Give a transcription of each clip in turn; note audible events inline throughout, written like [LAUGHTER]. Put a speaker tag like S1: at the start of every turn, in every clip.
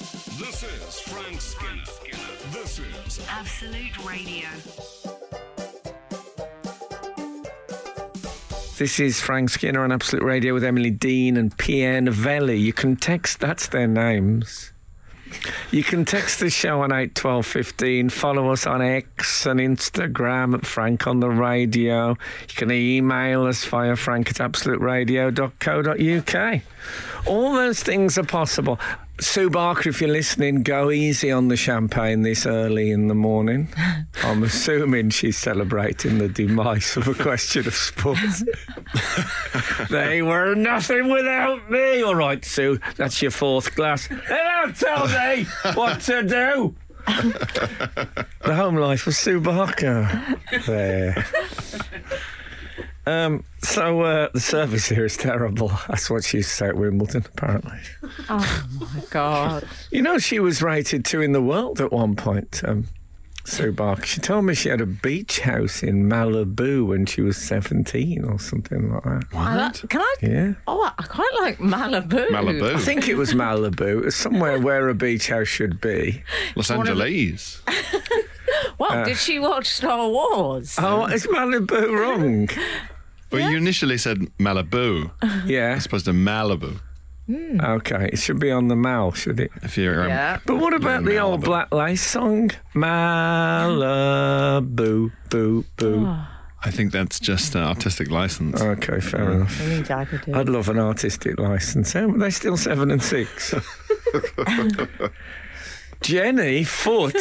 S1: This is Frank Skinner. This is
S2: Absolute Radio.
S3: This is Frank Skinner on Absolute Radio with Emily Dean and Pierre Novelli. You can text, that's their names. You can text the show on 81215. Follow us on X and Instagram at Frank on the Radio. You can email us via frank at absoluteradio.co.uk. All those things are possible. Sue Barker, if you're listening, go easy on the champagne this early in the morning. I'm assuming she's celebrating the demise of a question of sports. They were nothing without me. All right, Sue, that's your fourth glass. They don't tell me what to do. the home life of Sue Barker. There. Um, so uh, the service here is terrible. That's what she used to say at Wimbledon, apparently.
S4: [LAUGHS] God.
S3: You know, she was rated two in the world at one point. Um, Sue Barker. She told me she had a beach house in Malibu when she was 17 or something like that.
S4: I like- can I?
S3: Yeah.
S4: Oh, I quite like Malibu.
S3: I
S5: Malibu,
S3: think it was Malibu. It was somewhere where a beach house should be.
S5: Los
S4: one of the-
S5: Angeles.
S4: Well, did she watch Star Wars?
S3: Oh, is Malibu wrong?
S5: Well, you initially said Malibu,
S3: Yeah.
S5: as opposed to Malibu.
S3: Okay. It should be on the Mal, should it?
S5: If you're um,
S4: Yeah.
S3: But what about the old
S5: Malibu.
S3: Black Lace song? Malibu, boo, boo.
S5: I think that's just an artistic license.
S3: Okay, fair enough.
S4: I think I could do.
S3: I'd love an artistic license. How are they still seven and six? Jenny Foot,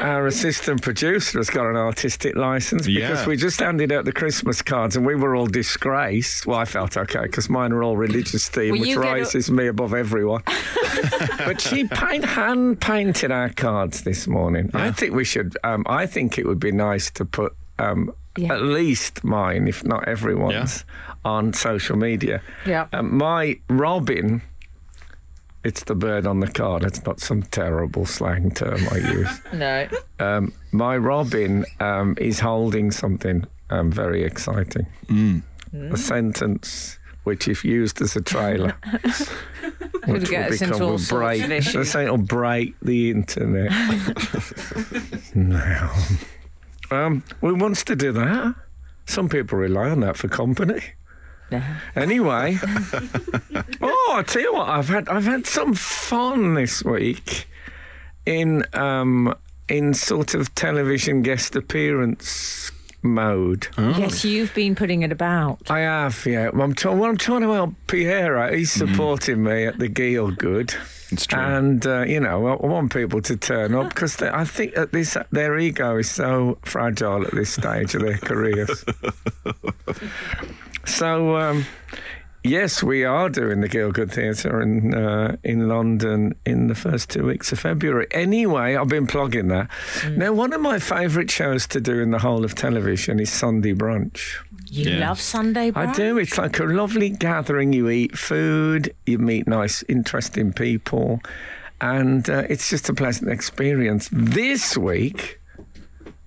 S3: our assistant producer, has got an artistic license because
S5: Yeah.
S3: we just handed out the Christmas cards and we were all disgraced. Well, I felt okay because mine are all religious theme,
S4: Well,
S3: which
S4: you get a-
S3: rises me above everyone. but she paint, hand painted our cards this morning. I think we should. Um, I think it would be nice to put. Um,
S4: Yeah.
S3: At least mine, if not everyone's, on social media.
S4: Yeah.
S3: Um, my Robin, it's the bird on the card. It's not some terrible slang term
S4: [LAUGHS]
S3: I use.
S4: No.
S3: Um, my Robin um, is holding something um, very exciting. A sentence which, if used as a
S4: [LAUGHS]
S3: trailer,
S4: Could
S3: which
S4: get
S3: will
S4: us into
S3: become
S4: all
S3: will
S4: sorts
S3: break. [LAUGHS]
S4: of
S3: They
S4: issues.
S3: say it'll break the
S4: [LAUGHS]
S3: internet. now, um, we wants to do that. Some people rely on that for company.
S4: No. [LAUGHS]
S3: Anyway, oh, I tell you what, I've had I've had some fun this week in um in sort of television guest appearance mode.
S4: Yes, you've been putting it about.
S3: I have, yeah. I'm trying. Well, I'm trying to help Pierre. out. He's supporting me at the Geel Good.
S5: It's true.
S3: And uh, you know, I I want people to turn up because I think that this their ego is so fragile at this stage of their careers. so, um, yes, we are doing the Gielgud Theatre in uh, in London in the first two weeks of February. Anyway, I've been plugging that. Now, one of my favourite shows to do in the whole of television is Sunday Brunch.
S4: You
S5: Yeah.
S4: love Sunday brunch.
S3: I do. It's like a lovely gathering. You eat food, you meet nice, interesting people, and uh, it's just a pleasant experience. This week,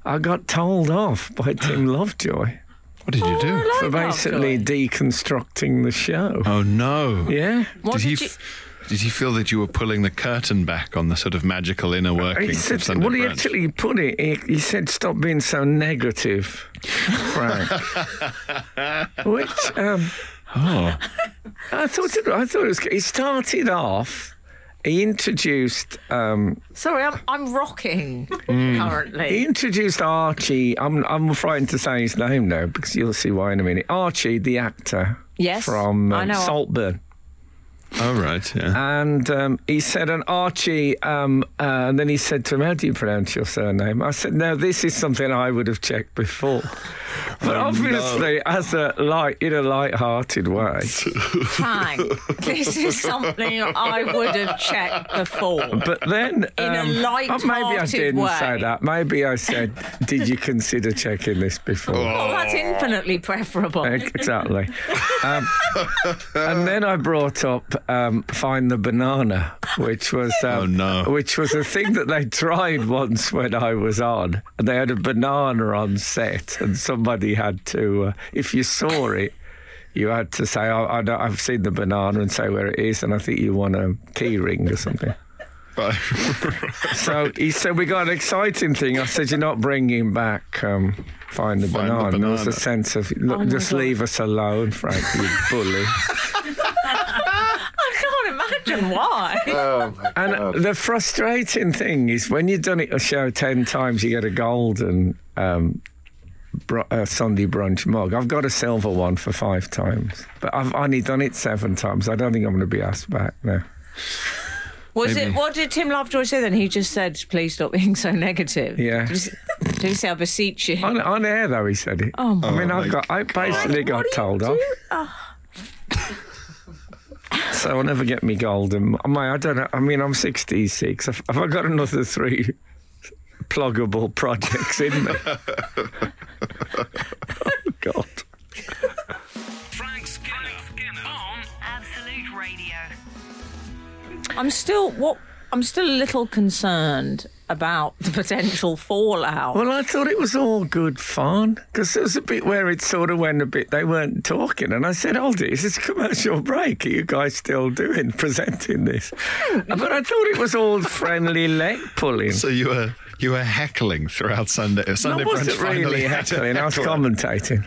S3: I got told off by Tim Lovejoy
S5: What did you do?
S4: Oh, I
S3: for
S4: like
S3: basically
S4: Lovejoy.
S3: deconstructing the show.
S5: Oh no!
S3: Yeah.
S4: What
S5: Did he?
S4: did you-
S5: f- Did he feel that you were pulling the curtain back on the sort of magical inner
S3: He
S5: workings
S3: said,
S5: of Sunday
S3: well, he
S5: Brunch?
S3: actually put it, he, he said, stop being so negative,
S5: [LAUGHS]
S3: Frank. Which, um,
S5: Oh,
S3: I thought it, I thought it was, he started off, he introduced, um,
S4: Sorry, I'm, I'm rocking currently.
S3: He introduced Archie. I'm I'm frightened to say his name now because you'll see why in a minute. Archie, the actor,
S4: Yes,
S3: from
S4: I
S3: um,
S4: know.
S3: Saltburn,
S5: all Oh, right. Yeah.
S3: and um, he said, "And Archie," um, uh, and then he said to him, "How do you pronounce your surname?" I said, "No, this is something I would have checked before." But obviously, as a light in a light-hearted way,
S4: Fine. this is something I would have checked before.
S3: but then
S4: In a
S3: um,
S4: light-hearted
S3: maybe I didn't
S4: way.
S3: say that. Maybe I said, "Did you consider checking this before?"
S4: Oh, that's infinitely
S3: [LAUGHS]
S4: preferable.
S3: Exactly. Um, and then I brought up um, "Find the Banana," which was um,
S5: Oh, no.
S3: which was a thing that they tried once when I was on. And they had a banana on set, and somebody had to, uh, if you saw it. You had to say, oh, I don't, I've seen the banana and say where it is, and I think you want a key ring or something. So he said, We got an exciting thing. I said, You're not bringing back um, Find the
S5: Find the
S3: Banana. There was a
S5: Banana.
S3: sense of, Look,
S4: Oh my
S3: just
S4: God.
S3: leave us alone, Frank, you bully.
S4: I can't imagine why.
S2: Oh my
S3: And
S2: God.
S3: the frustrating thing is when you've done it a show 10 times, you get a golden um, br- uh, Sunday brunch mug. I've got a silver one for five times, but I've only done it seven times. I don't think I'm going to be asked back now.
S4: Was
S5: Maybe.
S4: it? What did Tim Lovejoy say then? He just said, "Please stop being so negative."
S3: Yeah.
S4: Did he, s- did he say, "I beseech you"?
S3: On, on air, though, he said it.
S4: Oh, my
S3: I mean, I've
S5: my
S3: got, I basically
S4: What
S3: got
S4: do you
S3: told off.
S4: do? Oh,
S3: So I'll never get me golden. I, I don't know. I mean, I'm 66. Have, have I got another three [LAUGHS] pluggable projects in me? [LAUGHS] oh, God.
S1: Frank Skinner, on
S6: Absolute Radio.
S4: I'm still what? I'm still a little concerned about the potential fallout.
S3: Well, I thought it was all good fun because there was a bit where it sort of went a bit, they weren't talking. And I said, Hold it, is this a commercial break? Are you guys still doing, [LAUGHS] presenting this? but I thought it was all friendly leg pulling.
S5: [LAUGHS] [LAUGHS] So you were you were heckling throughout Sunday.
S3: I
S5: Sunday brunch
S3: wasn't
S5: finally
S3: really
S5: had a
S3: heckling, I
S5: [LAUGHS]
S3: was
S5: heckler.
S3: commentating.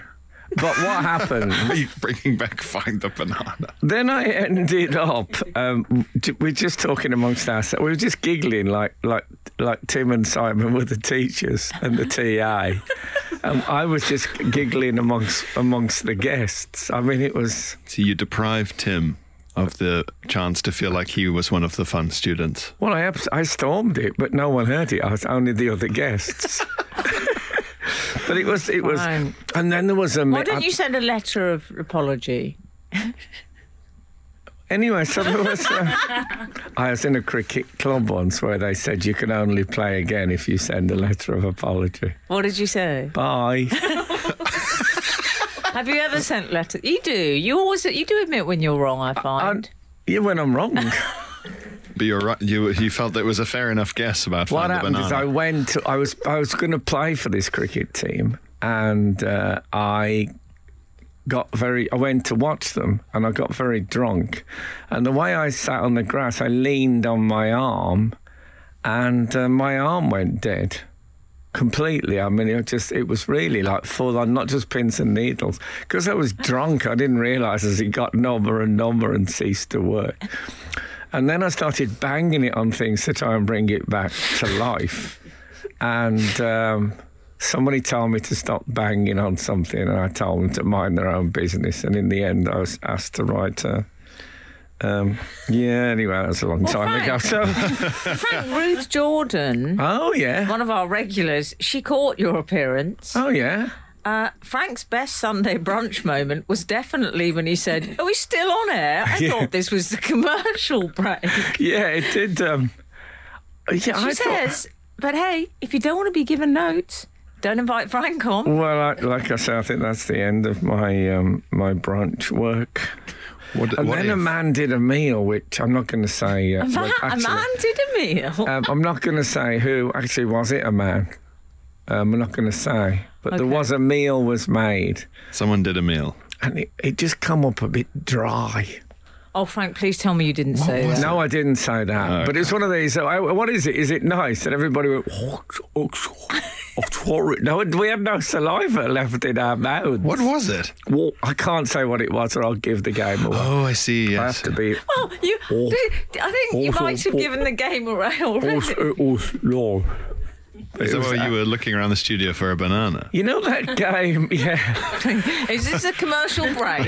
S3: But what happened?
S5: Are you bringing back Find the Banana?
S3: then I ended up. Um, j- we're just talking amongst ourselves. We were just giggling like like like Tim and Simon were the teachers and the TA. Um, I was just giggling amongst amongst the guests. I mean, it was
S5: So you deprived Tim of the chance to feel like he was one of the fun students.
S3: well. I abs- I stormed it, but no one heard it. I was only the other guests. [LAUGHS] but it was it was,
S4: Fine.
S3: and then there was a.
S4: Why
S3: mi-
S4: don't you send a letter of apology?
S3: Anyway, so there was. uh,
S4: [LAUGHS]
S3: I was in a cricket club once where they said you can only play again if you send a letter of apology.
S4: What did you say?
S3: Bye.
S4: Have you ever sent letters? You do. You always you do admit when you're wrong. I
S3: [LAUGHS]
S4: find.
S3: And [LAUGHS] you went I'm wrong.
S5: But you're right. You you felt that it was a fair enough guess about
S3: what
S5: Find the
S3: happened
S5: Banana.
S3: is I went. To, I was I was going to play for this cricket team, and uh, I got very. I went to watch them, and I got very drunk. And the way I sat on the grass, I leaned on my arm, and uh, my arm went dead. Completely. I mean, it just it was really like full on, not just pins and needles. Because I was drunk, I didn't realise as it got number and number and ceased to work. And then I started banging it on things to try and bring it back to life. And um, somebody told me to stop banging on something, and I told them to mind their own business. And in the end, I was asked to write a. Um, yeah, anyway, that was a long time ago. So,
S4: Frank Ruth Jordan,
S3: oh, yeah.
S4: one of our regulars, she caught your appearance.
S3: Oh, yeah.
S4: Uh, Frank's best Sunday brunch moment was definitely when he said, "Are we still on air?" I thought this was the commercial
S3: [LAUGHS]
S4: break. She
S3: Yeah, it did. Um, yeah, I thought.
S4: says, "But hey, if you don't want to be given notes, don't invite Frank [LAUGHS] on."
S3: Well, I, like I say, I think that's the end of my um, my brunch work.
S5: What,
S3: And
S5: what
S3: then
S5: if-
S3: a man did a meal, which I'm not going to say. Uh,
S4: Man,
S3: well, actually-
S4: a man did a meal.
S3: Um, I'm not going to say who. Actually, was it a man? Um, I'm not going to say. But there
S4: Okay.
S3: was a meal was made,
S5: someone did a meal.
S3: and it, it just come up a bit dry.
S4: Oh, Frank, please tell me you didn't say that.
S3: No, I didn't say that. But it's one of these. uh, I- what is it? Is it nice? And everybody went. Oh, oh, oh, oh, sorry." no, we had no saliva left in our mouths.
S5: What was it?
S3: Well, I can't say what it was, or I'll give the game away.
S5: Oh, I see.
S3: I
S5: Yes.
S3: have to
S5: [LAUGHS]
S3: be.
S4: Oh, you, I think you
S3: Also-
S4: might have given the game away [LAUGHS]
S3: Oh,
S4: already.
S3: oh, oh, no.
S5: Is
S3: It
S5: that
S3: was,
S5: why
S3: uh,
S5: you were looking around the studio for a banana?
S3: You know that game? [LAUGHS] Yeah.
S4: Is this a commercial
S3: [LAUGHS]
S4: break?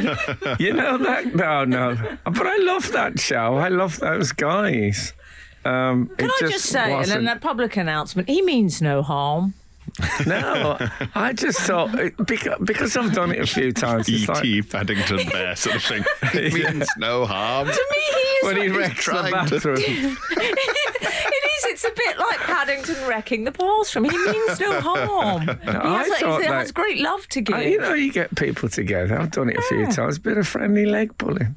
S3: You know that? No, no. But I love that show. I love those guys. Um,
S4: Can I just say, and in a public announcement, he means no harm.
S3: no, I just thought because, because I've done it a few times. It's like
S5: E.T. E Paddington Bear sort
S3: [LAUGHS]
S5: of thing. It means no harm.
S4: To me, he is.
S3: when he
S5: He's
S3: wrecks the
S5: trying to-
S3: bathroom.
S4: it is. It's a bit like Paddington wrecking the bathroom. He means
S3: [LAUGHS]
S4: no harm. he
S3: I
S4: has, like,
S3: thought
S4: he
S3: that-
S4: has great love to give.
S3: Uh, you know, you get people together. I've done it a few times. Bit of friendly leg pulling.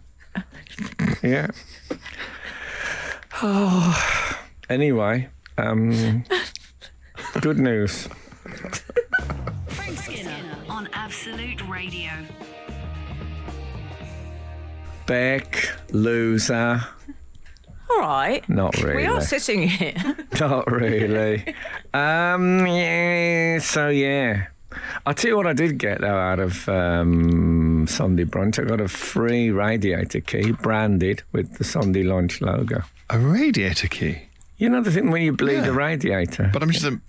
S3: Yeah. [SIGHS] Oh. Anyway, um, good news.
S6: Frank Skinner on Absolute Radio.
S3: Beck, loser.
S4: all right.
S3: Not
S4: We
S3: really.
S4: are sitting here.
S3: Not really. um, yeah, so yeah. I'll tell you what I did get though out of um, Sunday brunch. I got a free radiator key branded with the Sunday lunch logo.
S5: A radiator key.
S3: You know the thing when you bleed
S5: Yeah.
S3: a radiator?
S5: But I'm just a,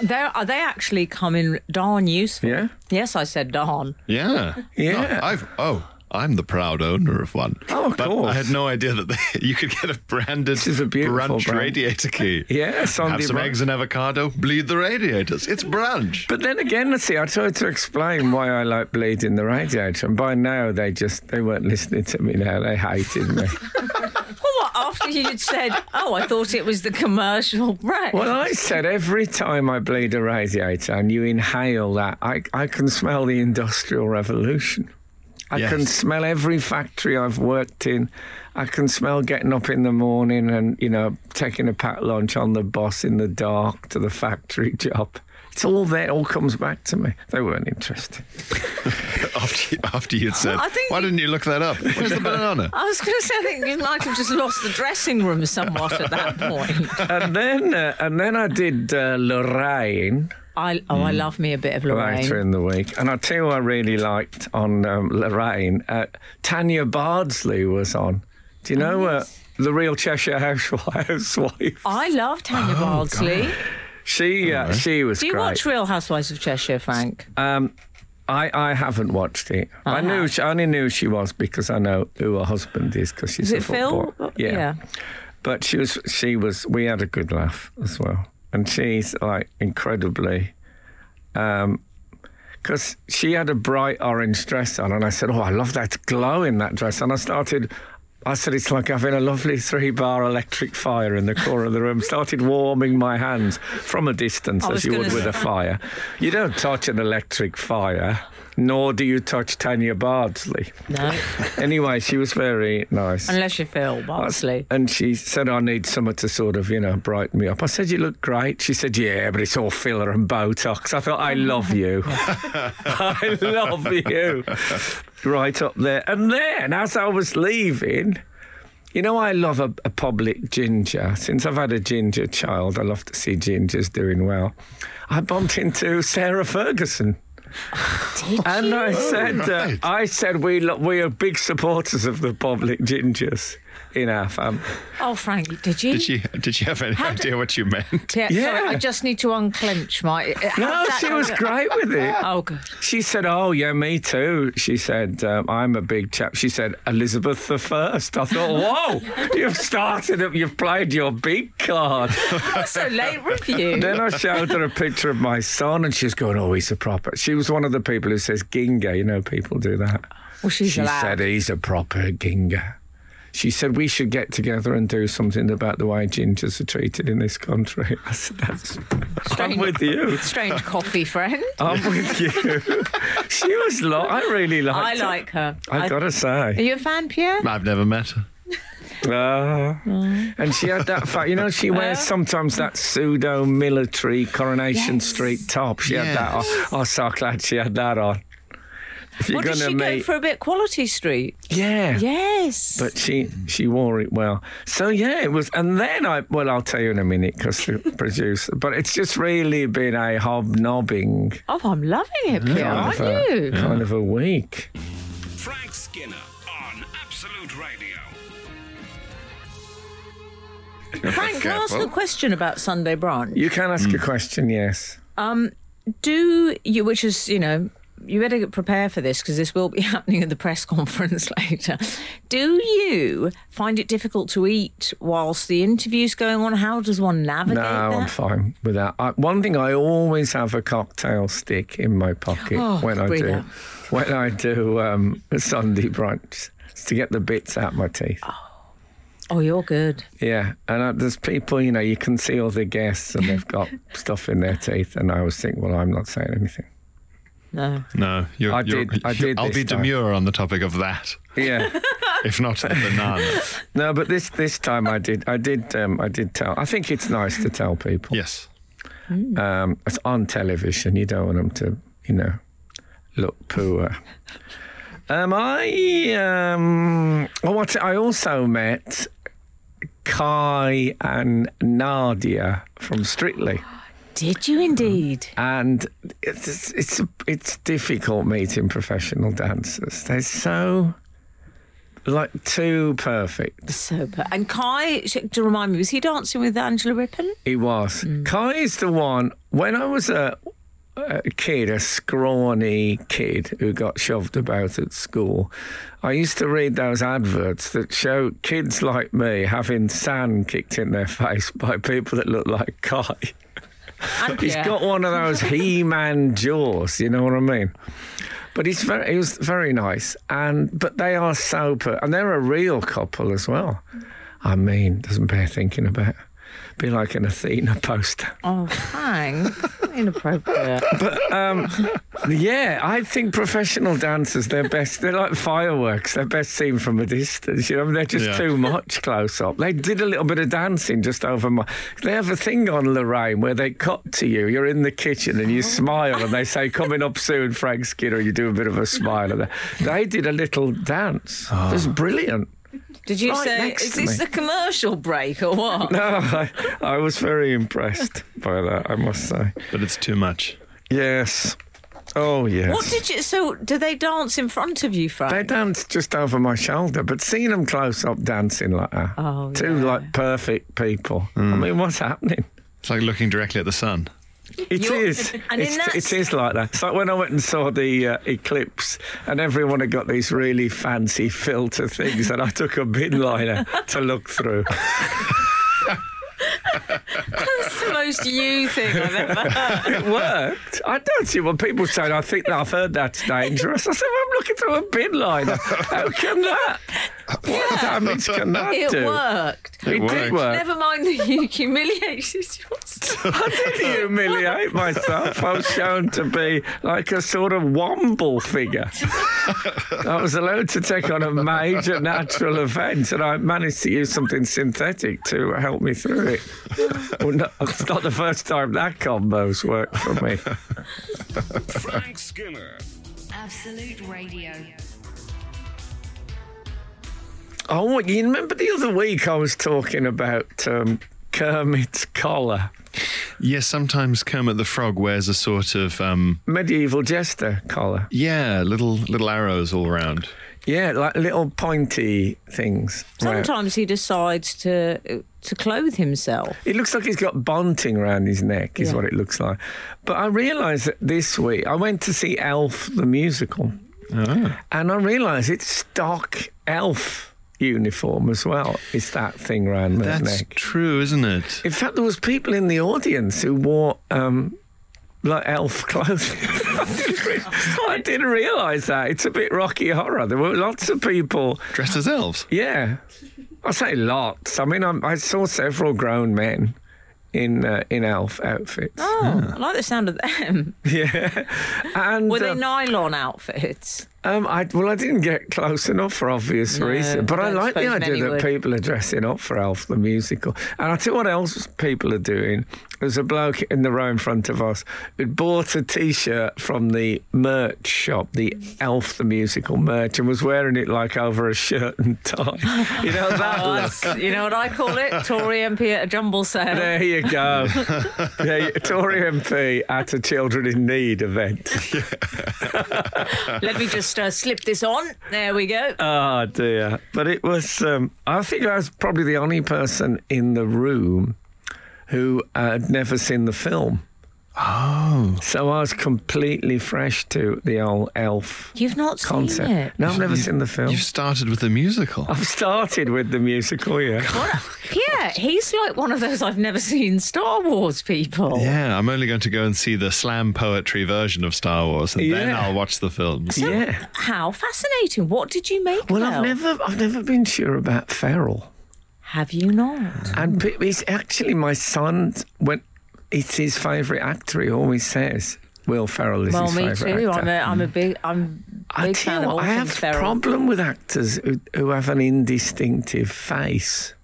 S4: They're, are [LAUGHS] they actually come in darn useful?
S3: Yeah?
S4: Yes, I said darn.
S5: yeah.
S3: Yeah.
S5: No, I've oh, I'm the proud owner of one.
S3: Oh, of
S5: but
S3: course.
S5: I had no idea that they, [LAUGHS] you could get a branded
S3: This is a beautiful
S5: brunch
S3: brand.
S5: radiator key.
S3: [LAUGHS] Yeah, Sunday
S5: Have some
S3: brunch.
S5: eggs and avocado. Bleed the radiators. It's brunch.
S3: But then again, let's see, I tried to explain why I like bleeding the radiator, and by now they just they weren't listening to me. Now they hated
S5: [LAUGHS]
S3: me.
S4: Well, what, after you'd said, oh, I thought it was the commercial [LAUGHS] break.
S3: well, I said every time I bleed a radiator and you inhale that, I I can smell the industrial revolution. I
S5: Yes.
S3: can smell every factory I've worked in. I can smell getting up in the morning and you know taking a packed lunch on the bus in the dark to the factory [LAUGHS] job. It's all there. It all comes back to me. They weren't interested.
S5: [LAUGHS] After you- after you'd said,
S4: I think
S5: why
S4: you-
S5: didn't you look that up?
S4: [LAUGHS]
S5: Where's the banana?
S4: I was going to say, I think you might have just lost the dressing room somewhat at that point.
S3: and then uh, and then I did uh, Lorraine
S4: [LAUGHS] I, oh,
S3: Mm.
S4: I love me a bit of
S3: later
S4: Lorraine.
S3: in the week, and I tell you, what I really liked on um, Lorraine. Uh, Tanya Bardsley was on. Do you know uh, the real Cheshire [LAUGHS] Housewife?
S4: I love Tanya Bardsley.
S3: She uh, she was
S4: Do you
S3: Oh, great.
S4: watch Real Housewives of Cheshire, Frank?
S3: um, I, I haven't watched it.
S4: Uh-huh.
S3: I knew she, I only knew she was because I know who her husband is because she's
S4: Is
S3: a
S4: it Phil?
S3: footballer. But she was, she was, we had a good laugh as well. And she's like incredibly, because she had a bright orange dress on. And I said, Oh, I love that glow in that dress. And I started, I said, It's like having a lovely three bar electric fire in the corner of the room. Started warming my hands from a distance,
S4: I
S3: as
S4: was
S3: you would
S4: gonna
S3: with a
S4: say-
S3: fire. You don't touch an electric fire, nor do you touch Tanya Bardsley.
S4: No.
S3: Anyway, she was very nice.
S4: [LAUGHS] Unless you're Phil Bardsley.
S3: And she said, I need someone to sort of, you know, brighten me up. I said, You look great. She said, Yeah, but it's all filler and Botox. I thought, I love you. [LAUGHS] I love you. Right up there. And then as I was leaving, you know, I love a, a public ginger. Since I've had a ginger child, I love to see gingers doing well. I bumped into Sarah Ferguson. and I said, uh,
S5: right.
S3: I said, we lo- we are big supporters of the public gingers in our family.
S4: Oh, Frank, did you?
S5: Did you did you have any idea what you meant?
S4: Yeah, sorry,
S3: Yeah.
S4: I just need to unclench my.
S3: No, she was great with it.
S4: Oh, good.
S3: She said, "Oh yeah, me too." She said, um, "I'm a big chap." She said, "Elizabeth the first. I thought, "Whoa, you've started up. You've played your big card."
S4: That's
S3: [LAUGHS]
S4: a late review.
S3: then I showed her a picture of my son, and she's going, "Oh, he's a proper." She was one of the people who says "ginga." You know, people do that.
S4: Well, she's
S3: She
S4: allowed.
S3: said, "He's a proper ginga." She said, "We should get together and do something about the way gingers are treated in this country." [LAUGHS] I said, "That's." I'm
S4: Strange-
S3: with you. [LAUGHS]
S4: Strange coffee friend.
S3: I'm with you.
S4: [LAUGHS]
S3: she was. Lo- I really liked.
S4: I
S3: her.
S4: like her.
S3: I
S4: I-
S3: gotta
S4: Are
S3: say.
S4: you a fan, Pierre?
S5: I've never met her.
S3: Ah. and she had that fact, you know, she wears sometimes that pseudo military Coronation
S4: Yes.
S3: Street top. She had that on. Oh, so glad she had that on. If you're
S4: Well, did
S3: gonna
S4: she
S3: meet.
S4: go for a bit Quality Street?
S3: yeah.
S4: Yes.
S3: But she, she wore it well. So, yeah, it was. And then I, well, I'll tell you in a minute because
S4: [LAUGHS]
S3: the producer, but it's just really been a hobnobbing
S4: oh, I'm loving it, Pierre, aren't
S3: kind, of a,
S4: you?
S3: kind of a week.
S1: Frank Skinner on Absolute Radio.
S4: Frank, can I ask a
S5: Careful.
S4: question about Sunday brunch?
S3: You can ask a question, yes.
S4: Do you, which is, you know, you better prepare for this because this will be [LAUGHS] happening at the press conference [LAUGHS] later. Do you find it difficult to eat whilst the interview's going on? How does one navigate
S3: No, I'm
S4: that?
S3: fine with that. I, one thing I always have a cocktail stick in my pocket
S4: Oh,
S3: when I
S4: breathe
S3: do
S4: out.
S3: when I do um, Sunday brunch is to get the bits out my teeth.
S4: oh, you're good.
S3: Yeah, and I, there's people you know you can see all the guests and they've
S4: [LAUGHS]
S3: got stuff in their teeth, and I always think, well, I'm not saying anything.
S4: No.
S5: No, you're,
S3: I
S5: you're,
S3: did- I
S5: you're-
S3: did
S5: I'll
S3: this
S5: be
S3: time.
S5: demure on the topic of
S4: [LAUGHS]
S5: that,
S3: Yeah,
S5: if not the banana.
S3: no, but this this time I did I did um, I did tell. I think it's nice to tell people.
S5: yes.
S3: Um, it's on television. You don't want them to, you know, look poor. Um, I um, oh, what I also met Kai and Nadia from Strictly.
S4: Did you indeed?
S3: and it's it's it's difficult meeting professional dancers. They're so like too perfect.
S4: So, per- and Kai, sh- to remind me, was he dancing with
S3: [LAUGHS]
S4: Angela Rippon?
S3: He was. Kai is the one. When I was a, a kid, a scrawny kid who got shoved about at school, I used to read those adverts that show kids like me having sand kicked in their [LAUGHS] face by people that look like Kai.
S4: And
S3: He's
S4: yeah.
S3: got one of those He-Man jaws. You know what I mean? But he's very, he was very nice, and but they are so per- and they're a real couple as well. I mean, doesn't bear thinking about. Be like an Athena poster.
S4: Oh, thanks. Inappropriate.
S3: Yeah, I think professional dancers, they're best, they're like fireworks. They're best seen from a distance. You know, they're just
S5: Yeah.
S3: too much close up. They did a little bit of dancing just over my. They have a thing on Lorraine where they cut to you. You're in the kitchen and you smile and they say, coming up soon, Frank Skinner. You do a bit of a smile. And they- they did a little dance. It was brilliant. [LAUGHS]
S4: Did you
S3: Right
S4: say,
S3: next
S4: is
S3: to
S4: this
S3: me.
S4: the commercial break or what?
S3: No, I, I was very impressed by that, I must say.
S5: But it's too much.
S3: Yes. Oh, yes.
S4: What did you, so do they dance in front of you, Frank?
S3: They danced just over my shoulder, but seeing them close up dancing like that,
S4: Oh,
S3: two
S4: yeah.
S3: like perfect people. I mean, what's happening?
S5: It's like looking directly at the sun.
S3: It
S4: You're-
S3: is.
S4: and in
S3: It's,
S4: that-
S3: it is like that. It's like when I went and saw the uh, eclipse, and everyone had got these really fancy filter things, and I took a
S4: [LAUGHS]
S3: bin liner to look through.
S4: That's the most you thing I've ever heard.
S3: It worked. I don't see what people saying. I think that I've heard that's dangerous. I said, well, I'm looking through a bin liner. How can
S4: [LAUGHS]
S3: that? What damage can that
S4: [LAUGHS] It
S3: do?
S4: worked.
S3: It, did
S5: worked.
S3: work.
S4: Never mind that you humiliated [LAUGHS] yourself.
S3: I didn't humiliate myself. I was shown to be like a sort of womble figure. I was allowed to take on a major natural event, and I managed to use something synthetic to help me through it. Well, no, it's not the first time that combo's worked for me.
S1: Frank Skinner.
S6: Absolute Radio.
S3: Oh, you remember the other week I was talking about um, Kermit's collar,
S5: Yes, sometimes Kermit the Frog wears a sort of um,
S3: medieval jester collar.
S5: yeah, little little arrows all around.
S3: Yeah, like little pointy things. Right.
S4: Sometimes he decides to to clothe himself.
S3: It looks like he's got bunting around his neck, is
S4: Yeah.
S3: what it looks like. But I realised that this week I went to see Elf the musical, and I realised it's stock Elf uniform as well. It's that thing around the
S5: That's
S3: neck.
S5: true, isn't it?
S3: In fact, there was people in the audience who wore um, like elf [LAUGHS] clothing. I didn't re- I didn't realise that. It's a bit Rocky Horror. There were lots of people
S5: Dressed as elves.
S3: yeah, I say lots. I mean, i I saw several grown men in uh, in elf outfits.
S4: Oh, I like the sound of [LAUGHS] them.
S3: Yeah, and
S4: Were they
S3: um,
S4: nylon outfits?
S3: um, I, well, I didn't get close enough for obvious
S4: No,
S3: reasons, but
S4: I
S3: I
S4: don't
S3: like the
S4: suppose
S3: idea
S4: many
S3: that
S4: would.
S3: people are dressing up for Elf the musical. And I tell you what else people are doing. There's a bloke in the row in front of us who bought a T-shirt from the merch shop, the Elf the musical merch, and was wearing it like over a shirt and tie. You know that
S4: [LAUGHS] Oh,
S3: look.
S4: that's- you know what I call [LAUGHS] it? Tory MP at a jumble sale.
S3: There you go. [LAUGHS] there you, Tory MP at a Children in Need event.
S4: Let me just uh, slip this on. There we go.
S3: Oh dear! But it was. Um, I think I was probably the only person in the room who had never seen the film. Oh. So I was completely fresh to the old elf
S4: You've not
S3: concept.
S4: seen it.
S3: No, I've never seen the film.
S5: You've started with the musical.
S3: I've started with the musical, yeah.
S4: Yeah, he's like one of those I've never seen Star Wars people.
S5: Yeah, I'm only going to go and see the slam poetry version of Star Wars, and then
S3: Yeah.
S5: I'll watch the films.
S3: yeah.
S4: How fascinating. What did you make
S3: Well,
S4: of
S3: I've never, I've never been sure about Feral.
S4: Have you not?
S3: And pe- it's actually my son when it's his favourite actor. He always says Will Ferrell is
S4: Well,
S3: his
S4: me
S3: favourite
S4: too.
S3: actor.
S4: I'm a, I'm a big, I'm a
S3: I
S4: big
S3: tell
S4: fan
S3: you
S4: of all
S3: what, I
S4: things
S3: have a
S4: feral.
S3: problem with actors who, who have an indistinctive face.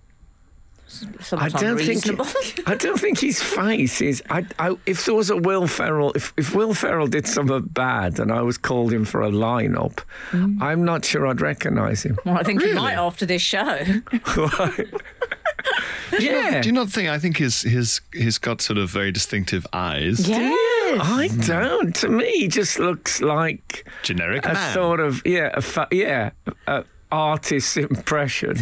S3: I
S4: Sometimes
S3: don't think [LAUGHS]
S4: reasonable.
S3: I don't think his face is. I, I, if there was a Will Ferrell, if, if Will Ferrell did something bad and I was called in for a lineup,
S4: Mm.
S3: I'm not sure I'd recognise him. [LAUGHS]
S4: well, I think you might after this show.
S3: Yeah.
S5: Do you not think? I think his his he's got sort of very distinctive eyes.
S4: Yes.
S3: I don't. To me, he just looks like
S5: Generic
S3: a
S5: man.
S3: sort of yeah, a fa- yeah, a artist's impression.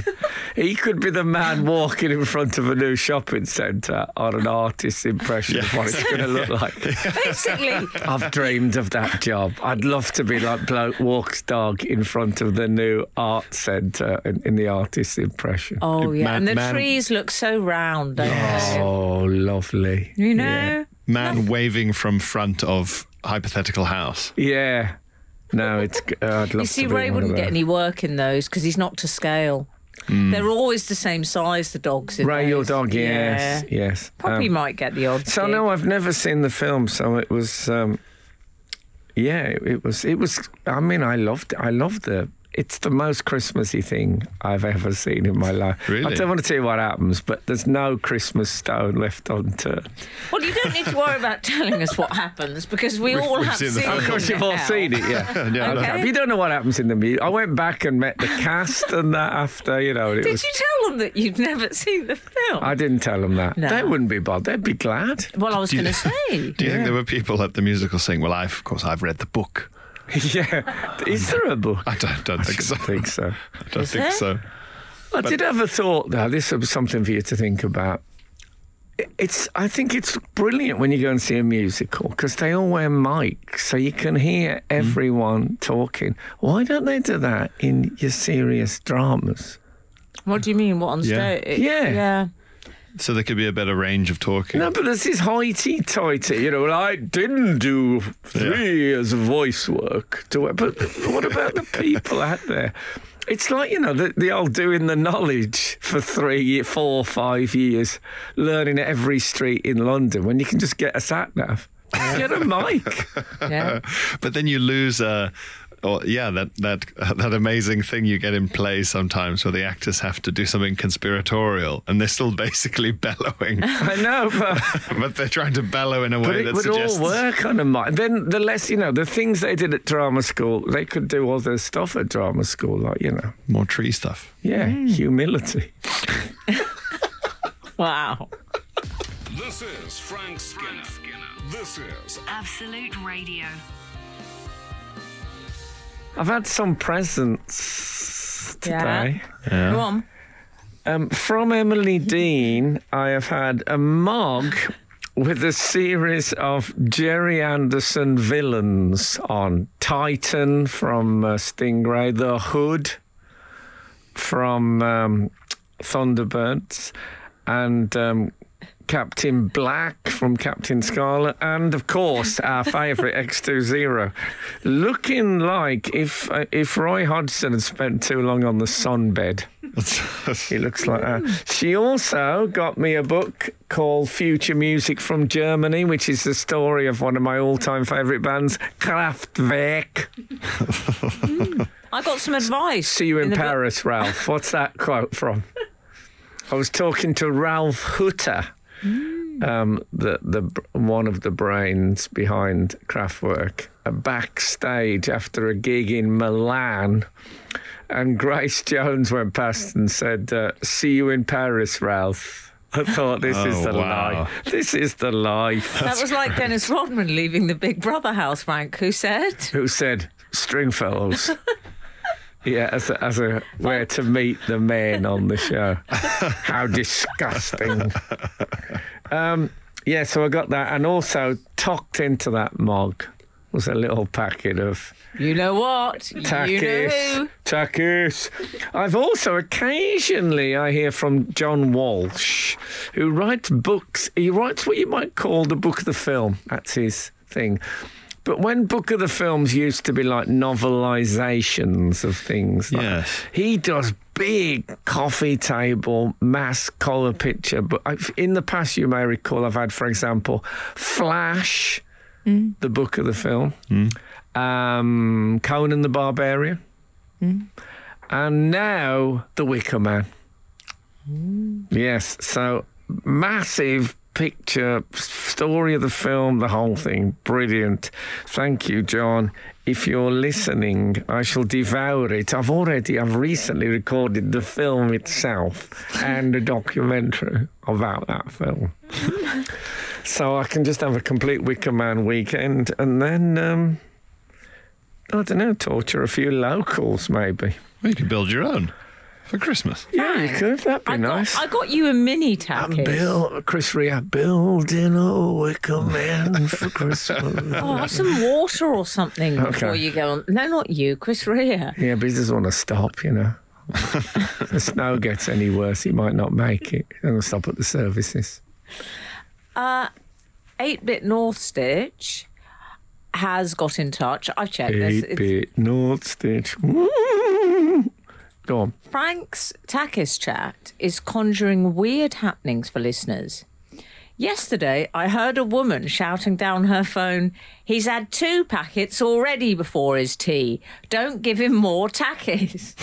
S3: he could be the man walking in front of a new shopping centre on an artist's impression of what it's going to look like. [LAUGHS]
S4: Basically,
S3: I've dreamed of that job. I'd love to be like bloke walks dog in front of the new art centre in, in the artist's impression. Oh,
S4: Oh yeah,
S5: Man-
S4: and the
S5: man-
S4: trees look so round, don't
S3: Oh, lovely.
S4: they? You know,
S5: Man waving from front of hypothetical house.
S3: Yeah. No, it's. g- Uh, I'd love
S4: you see,
S3: to be one
S4: Ray
S3: of
S4: wouldn't get
S3: those.
S4: any work in those because he's not to scale. They're always the same size. The dogs in
S3: Ray, your
S4: those.
S3: dog. Yes,
S4: Yeah.
S3: yes.
S4: Poppy
S3: Um,
S4: might get the odd.
S3: so
S4: gig.
S3: no, I've never seen the film. So it was. Um, yeah, it, it was. It was. I mean, I loved. I loved the. It's the most Christmassy thing I've ever seen in my life. I
S5: Really?
S3: don't want to tell you what happens, but there's no Christmas stone left unturned.
S4: Well, you don't need to worry about [LAUGHS] telling us what happens because we all
S5: we've
S4: have
S5: seen
S4: seen.
S5: the film.
S3: Of course, you've all
S4: now.
S3: seen it,
S5: [LAUGHS]
S3: yeah.
S5: Yeah,
S4: Oh, [LAUGHS] Okay.
S3: Okay, but you don't know what happens in the music. I went back and met the cast and that after, you know. and It
S4: Did
S3: was,
S4: you tell them that you'd never [LAUGHS] seen the film?
S3: I didn't tell them that.
S4: No.
S3: They wouldn't be bothered. They'd be glad. [LAUGHS]
S4: well, I was
S5: Do you-
S4: going to say.
S5: Do you think there were people at the musical saying, "Well, I've of course I've read the book." [LAUGHS]
S3: yeah. Is there a book?
S5: I don't, don't think [LAUGHS] so.
S3: I think so.
S5: [LAUGHS] I don't
S4: Is
S5: think
S4: there?
S5: so.
S3: I did have a thought though. This was something for you to think about. I- It's. I think it's brilliant when you go and see a musical because they all wear mics, so you can hear everyone talking. Why don't they do that in your serious dramas?
S4: What do you mean? What on
S5: Yeah.
S4: stage?
S3: Yeah. [LAUGHS]
S4: Yeah.
S5: So there could be a better range of talking.
S3: No, but there's this hoity-toity, you know. Well, I didn't do three years of voice work. To, but what about the people out there? It's like you know the, the old doing the knowledge for three, four, five years, learning at every street in London when you can just get a sat nav, get a
S5: [LAUGHS]
S3: mic.
S4: yeah.
S5: But then you lose uh Or, yeah, that that [LAUGHS] that amazing thing you get in plays sometimes, where the actors have to do something conspiratorial, and they're still [LAUGHS] basically
S3: [LAUGHS]
S5: bellowing,
S3: I know, but.
S5: but they're trying to bellow in a way
S3: But it
S5: that
S3: would
S5: suggests
S3: all work on a mic. Then the less you know, the things they did at drama school, they could do all their stuff at drama school, like you know,
S5: more tree stuff. [LAUGHS]
S3: yeah, humility.
S4: Wow.
S1: This is Frank Skinner. This is
S6: Absolute Radio.
S3: I've had some presents
S4: Yeah.
S3: today.
S4: Go on.
S3: Um, from Emily Dean, I have had a mug with a series of Jerry Anderson villains on Titan from uh, Stingray, The Hood from um, Thunderbirds, and um, Captain Black from Captain Scarlet, and of course our favourite X20, looking like if uh, if Roy Hodgson had spent too long on the sunbed. He looks like that. She also got me a book called Future Music from Germany, which is the story of one of my all-time favourite bands, Kraftwerk.
S4: I got some advice.
S3: See you in,
S4: the book.
S3: Paris, Ralph. What's that quote from? I was talking to Ralph Hutter, um, the the br- one of the brains behind Kraftwerk, uh, backstage after a gig in Milan, and Grace Jones went past and said, uh, "See you in Paris, Ralph." I thought this is
S5: Oh,
S3: the
S5: wow.
S3: lie. This is the lie.
S4: That was
S3: [LAUGHS]
S4: like Dennis Rodman leaving the Big Brother house, Frank, who said,
S3: who said Stringfellows. yeah, as a, as a where to meet the men on the show. How disgusting. Um, yeah, so I got that, and also tucked into that mug was a little packet of
S4: You know what? You know
S3: Takis.
S4: who.
S3: Takis. I've also occasionally I hear from John Walsh, who writes books. He writes what you might call the book of the film. That's his thing. But when book of the films used to be like novelizations of things, like,
S5: Yes.
S3: he does big coffee table mass color picture. But I've, in the past, you may recall, I've had, for example, Flash, the book of the film, um, Conan the Barbarian, and now The Wicker Man. Yes, so massive picture, s- story of the film, the whole thing. Brilliant. Thank you, John. If you're listening, I shall devour it. I've already, I've recently recorded the film itself and a documentary about that film. so I can just have a complete Wicker Man weekend and then, um, I don't know, torture a few locals maybe.
S5: Well, you can build your own for Christmas.
S3: Yeah, you could. That'd be
S4: I,
S3: nice.
S4: got, I got you a mini
S3: I'm
S4: tacky.
S3: Bill, Chris Rea, building a wicker man for Christmas.
S4: Oh, have some water or something before you go on. No, not you, Chris Rea.
S3: [LAUGHS] yeah, but he doesn't want to stop, you [LAUGHS] know. if the snow gets any worse, he might not make it. He's going to stop at the services.
S4: 8 Bit North Stitch has got in touch. I've checked
S3: 8
S4: this. It's-
S3: bit North Stitch. [LAUGHS] Go on.
S4: Frank's Takis chat is conjuring weird happenings for listeners. Yesterday, I heard a woman shouting down her phone, He's had two packets already before his tea. Don't give him more Takis.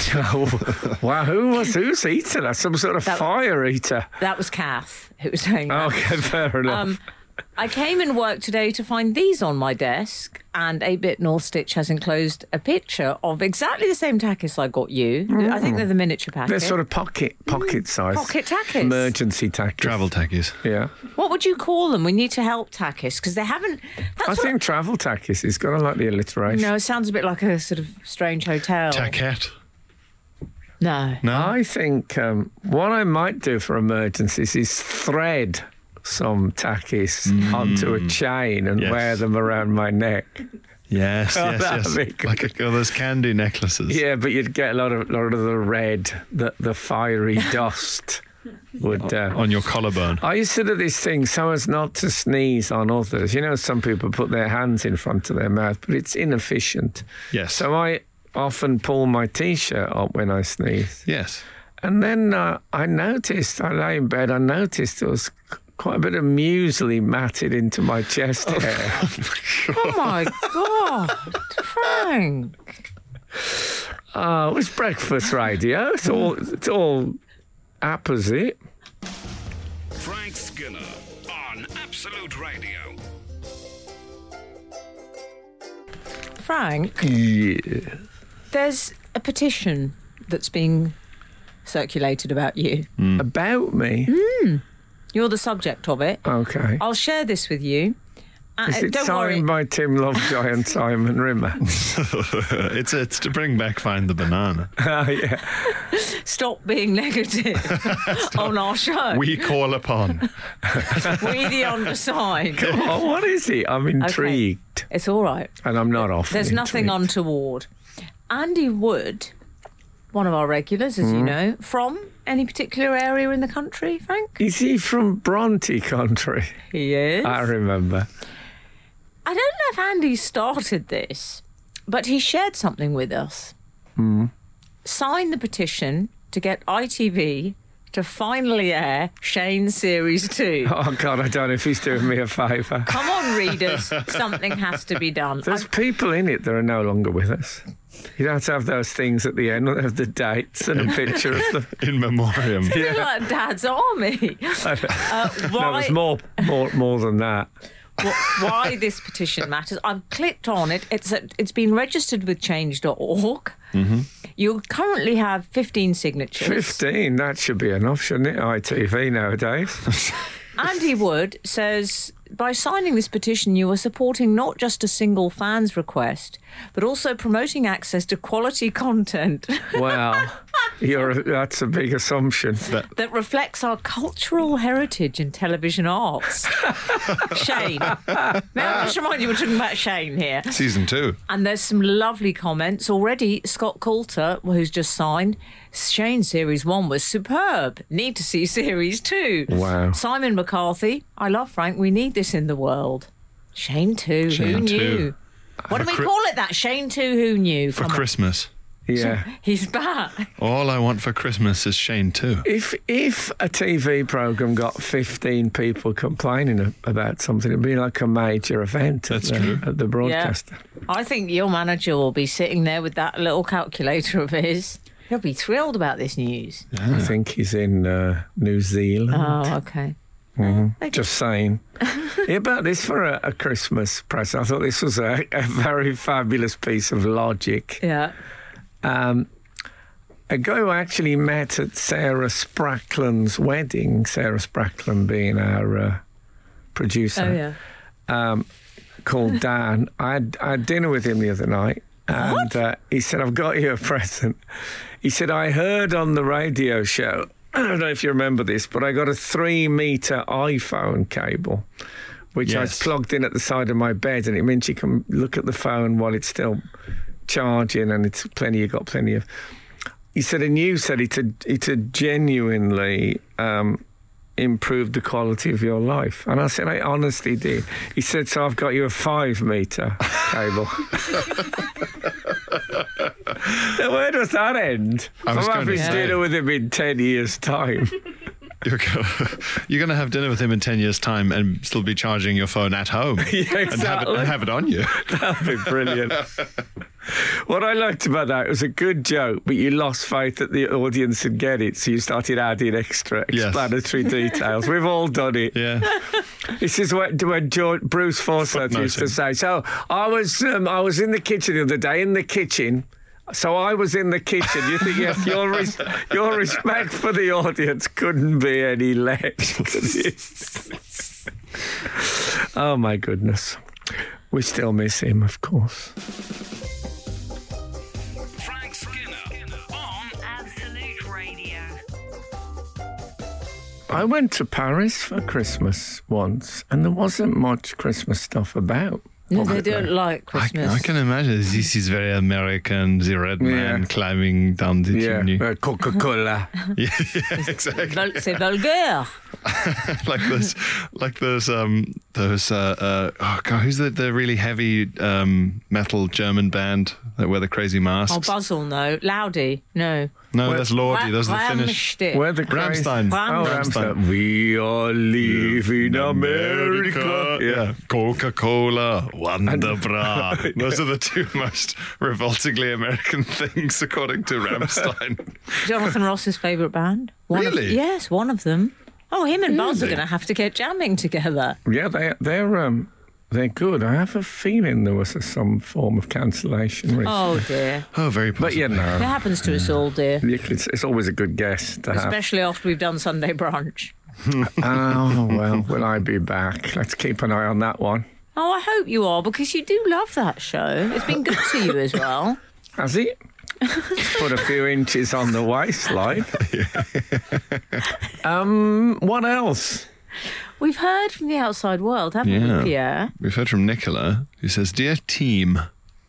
S3: [LAUGHS]
S4: [LAUGHS]
S3: wow, who was who's eating that? Some sort of
S4: That-
S3: fire eater.
S4: That was Kath who was saying that.
S3: Okay, fair enough.
S4: Um,
S3: Oh.
S4: I came in work today to find these on my desk, and 8 Bit North Stitch has enclosed a picture of exactly the same Takis I got you. I think they're the miniature packet.
S3: Mm. They're sort of pocket Mm, pocket size.
S4: pocket tackies.
S3: Emergency tackies.
S5: Travel tackies.
S3: Yeah.
S4: What would you call them? We need to help Takis because they haven't. That's
S3: I
S4: what,
S3: think travel tackies is going to like the alliteration.
S4: No, it sounds a bit like a sort of strange hotel.
S5: Taquette.
S4: No.
S3: I think um, what I might do for emergencies is thread some takis onto a chain and
S5: Mm. Yes.
S3: wear them around my neck.
S5: Yes,
S3: Oh,
S5: yes,
S3: that'd
S5: yes.
S3: be good.
S5: Like a, oh, those candy necklaces.
S3: Yeah, but you'd get a lot of lot of the red, the, the
S4: [LAUGHS]
S3: fiery dust would. Uh,
S5: On your collarbone.
S3: I used to do this thing so as not to sneeze on others. You know, some people put their hands in front of their mouth, but it's inefficient.
S5: Yes.
S3: So I often pull my t-shirt up when I sneeze.
S5: yes. [LAUGHS]
S3: And then uh, I noticed, I lay in bed, I noticed there was c- quite a bit of muesli matted into my chest hair.
S4: Oh my God, Frank.
S3: Uh, it was breakfast radio. It's all, it's all apposite.
S1: Frank Skinner on Absolute Radio.
S4: Frank,
S3: Yeah.
S4: there's a petition that's being circulated about you.
S3: About me?
S4: Mm. You're the subject of it.
S3: Okay.
S4: I'll share this with you. Uh,
S3: Is it
S4: don't worry.
S3: signed by Tim Lovejoy and Simon
S4: [LAUGHS]
S3: Rimmer?
S5: it's it's to bring back find the banana.
S3: Oh, yeah.
S4: Stop
S3: [LAUGHS]
S4: being negative on our show. We,
S5: We call upon.
S4: the undersigned.
S3: Oh, what is it? I'm intrigued.
S4: It's all right.
S3: And I'm not off.
S4: There's nothing untoward. Andy Wood, one of our regulars, as
S3: Hmm.
S4: you know, from any particular area in the country, Frank?
S3: Is he from Bronte country?
S4: He is.
S3: I remember.
S4: I don't know if Andy started this, but he shared something with us.
S3: Hmm.
S4: Sign the petition to get ITV to finally air Shane Series 2.
S3: [LAUGHS] Oh, God, I don't know if he's doing me a
S4: [LAUGHS]
S3: favour.
S4: Come on, readers. Something has to be done.
S3: There's people in it that are no longer with us. You don't have to have those things at the end, they have the dates and
S5: [LAUGHS]
S3: a picture of them.
S5: In memoriam.
S4: I feel like
S3: [LAUGHS]
S4: Dad's army. [LAUGHS] Uh,
S3: No,
S4: why-
S3: there's more, more, more than that.
S4: wh- why this petition matters. I've clicked on it. It's at, it's been registered with change.org.
S3: Mm-hmm.
S4: You currently have 15 signatures.
S3: 15, that should be enough, shouldn't it? ITV nowadays.
S5: [LAUGHS]
S4: Andy Wood says by signing this petition, you are supporting not just a single fan's request, but also promoting access to quality content [LAUGHS]
S3: Well, you're, that's a big assumption.
S4: that reflects our cultural heritage in television arts. Shane. May I just remind you, we're talking about Shane here.
S5: Season two.
S4: And there's some lovely comments already. Scott Coulter, who's just signed, Shane Series 1 was superb. Need to see [LAUGHS] Series 2.
S3: Wow.
S4: Simon McCarthy, I love Frank. We need this in the world. Shane 2, who
S5: Shane 2.
S4: knew? What do we
S5: cri-
S4: call it that? Shane 2, who knew?
S5: For
S4: Come on.
S5: Christmas.
S3: Yeah.
S4: He's back. [LAUGHS]
S5: All I want for Christmas is Shane too.
S3: If if a TV program got 15 people complaining a- about something, it'd be like a major event
S5: That's
S3: at, the,
S5: true.
S3: at the broadcaster.
S4: I think your manager will be sitting there with that little calculator of his. He'll be thrilled about this news.
S3: I think he's in uh, New Zealand.
S4: Oh, okay.
S3: Just saying. yeah, about this for a, a Christmas present. I thought this was a, a very fabulous piece of logic.
S4: Yeah.
S3: A guy who I actually met at Sarah Sprackland's wedding, Sarah Sprackland being our uh, producer,
S4: Oh yeah.
S3: called Dan. I had, I had dinner with him the other night, and Uh, he said, "I've got you a present." He said, "I heard on the radio show. [CLEARS THROAT] I don't know if you remember this, but I got a three-meter iPhone cable." Which I
S5: Yes.
S3: plugged in at the side of my bed, and it means you can look at the phone while it's still charging, and it's plenty. You got plenty of. He said, and you said it had it had genuinely um, improved the quality of your life. And I said, I honestly did. He said, so I've got you a five meter cable. [LAUGHS] now, where does that end?
S5: I was
S3: I'm
S5: gonna
S3: having
S5: say.
S3: dinner with him in ten years' time.
S5: You're gonna, [LAUGHS] you're gonna have dinner with him in ten years' time and still be charging your phone
S4: [LAUGHS]
S5: at home [LAUGHS] and have it,
S3: exactly.
S5: and have it on you.
S3: [LAUGHS] That'd be brilliant. what I liked about that it was a good joke, but you lost faith that the audience would get it, so you started adding extra
S5: Yes.
S3: explanatory details. We've all done it.
S5: [LAUGHS] Yeah,
S3: This is what when George, Bruce Forsyth used to
S5: Footnoting.
S3: say. So I was um, I was in the kitchen the other day. In the kitchen. So I was in the kitchen. You think yes, your res- your respect for the audience couldn't be any less. [LAUGHS] could it? oh my goodness, we still miss him, of course.
S1: Frank Skinner on
S6: Absolute Radio.
S3: I went to Paris for Christmas once, and there wasn't much Christmas stuff about.
S4: No, they
S3: publicly.
S4: don't like
S5: I,
S4: Christmas.
S5: I can imagine this is very American. The red man
S3: Yeah.
S5: climbing down the chimney.
S4: [LAUGHS]
S3: Yeah, uh, Coca Cola.
S5: Yeah, yeah, exactly. [LAUGHS]
S4: Vul- C'est vulgaire.
S5: like those, like those, um, those. Uh, uh, oh god, who's the, the really heavy um, metal German band that wear the crazy masks?
S4: Oh, Buzzle, no. Loudy, no.
S5: no, that's Lordy. Those are the Finnish.
S4: Rammstein.
S3: Where the crazy-
S5: Ramstein.
S3: Oh,
S5: Ramstein.
S3: Ramstein. We all live in America.
S5: Yeah. Coca Cola, [LAUGHS] Wonderbra. Those are the two most revoltingly American [LAUGHS] things, according to Ramstein.
S4: [LAUGHS] Jonathan Ross's favourite band. One of-
S5: Really?
S4: yes, one of them. Oh, him and Buzz are going to have to get jamming together.
S3: Yeah, they, they're um, they're good. I have a feeling there was a, some form of cancellation. recently.
S4: Oh, dear.
S5: [LAUGHS] Oh, very
S3: but you
S5: possible.
S4: It
S3: know,
S4: happens to us all, dear.
S3: you can- it's, it's always a good guess to have.
S4: Especially after we've done Sunday brunch.
S3: [LAUGHS] Oh well, will I be back? Let's keep an eye on that one.
S4: Oh, I hope you are because you do love that show. It's been good to you as well.
S3: Has [LAUGHS] it? Put a few inches on the [LAUGHS] waistline. um, what else?
S4: We've heard from the outside world, haven't
S5: Yeah.
S4: we, Pierre?
S5: We've heard from Nicola, who says, Dear team,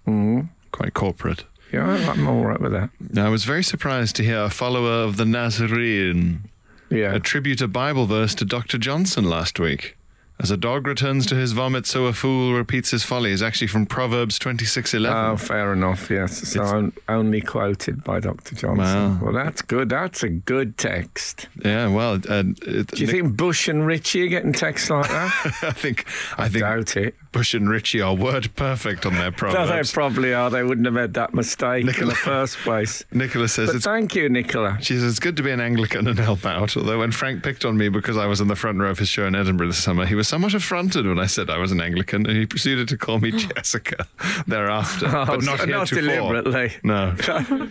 S3: Mm-hmm.
S5: quite corporate.
S3: Yeah, I'm all right with that.
S5: Now, I was very surprised to hear a follower of the Nazarene
S3: Yeah,
S5: attribute a Bible verse to Dr. Johnson last week. As a dog returns to his vomit, so a fool repeats his folly is actually from Proverbs twenty six eleven.
S3: Oh, fair enough. Yes. So I'm only quoted by Dr. Johnson.
S5: Wow.
S3: Well, that's good. That's a good text.
S5: Yeah, well, uh, it,
S3: Do you think Bush and Richie are getting texts like
S5: [LAUGHS]
S3: that?
S5: I think I think
S3: Doubt it.
S5: Bush and Richie are word perfect on
S3: [LAUGHS] No,
S5: their
S3: they
S5: proverbs.
S3: probably are. They wouldn't have made that mistake in the first place.
S5: [LAUGHS] Nicola says
S3: But
S5: it's.
S3: thank you, Nicola.
S5: She says it's good to be an Anglican and help out. Although when Frank picked on me because I was in the front row of his show in Edinburgh this summer, he was somewhat affronted when I said I was an Anglican, and he proceeded to
S3: [LAUGHS]
S5: call me Jessica thereafter, [LAUGHS] but not
S3: so- Oh,
S5: heretofore.
S3: not deliberately.
S5: No,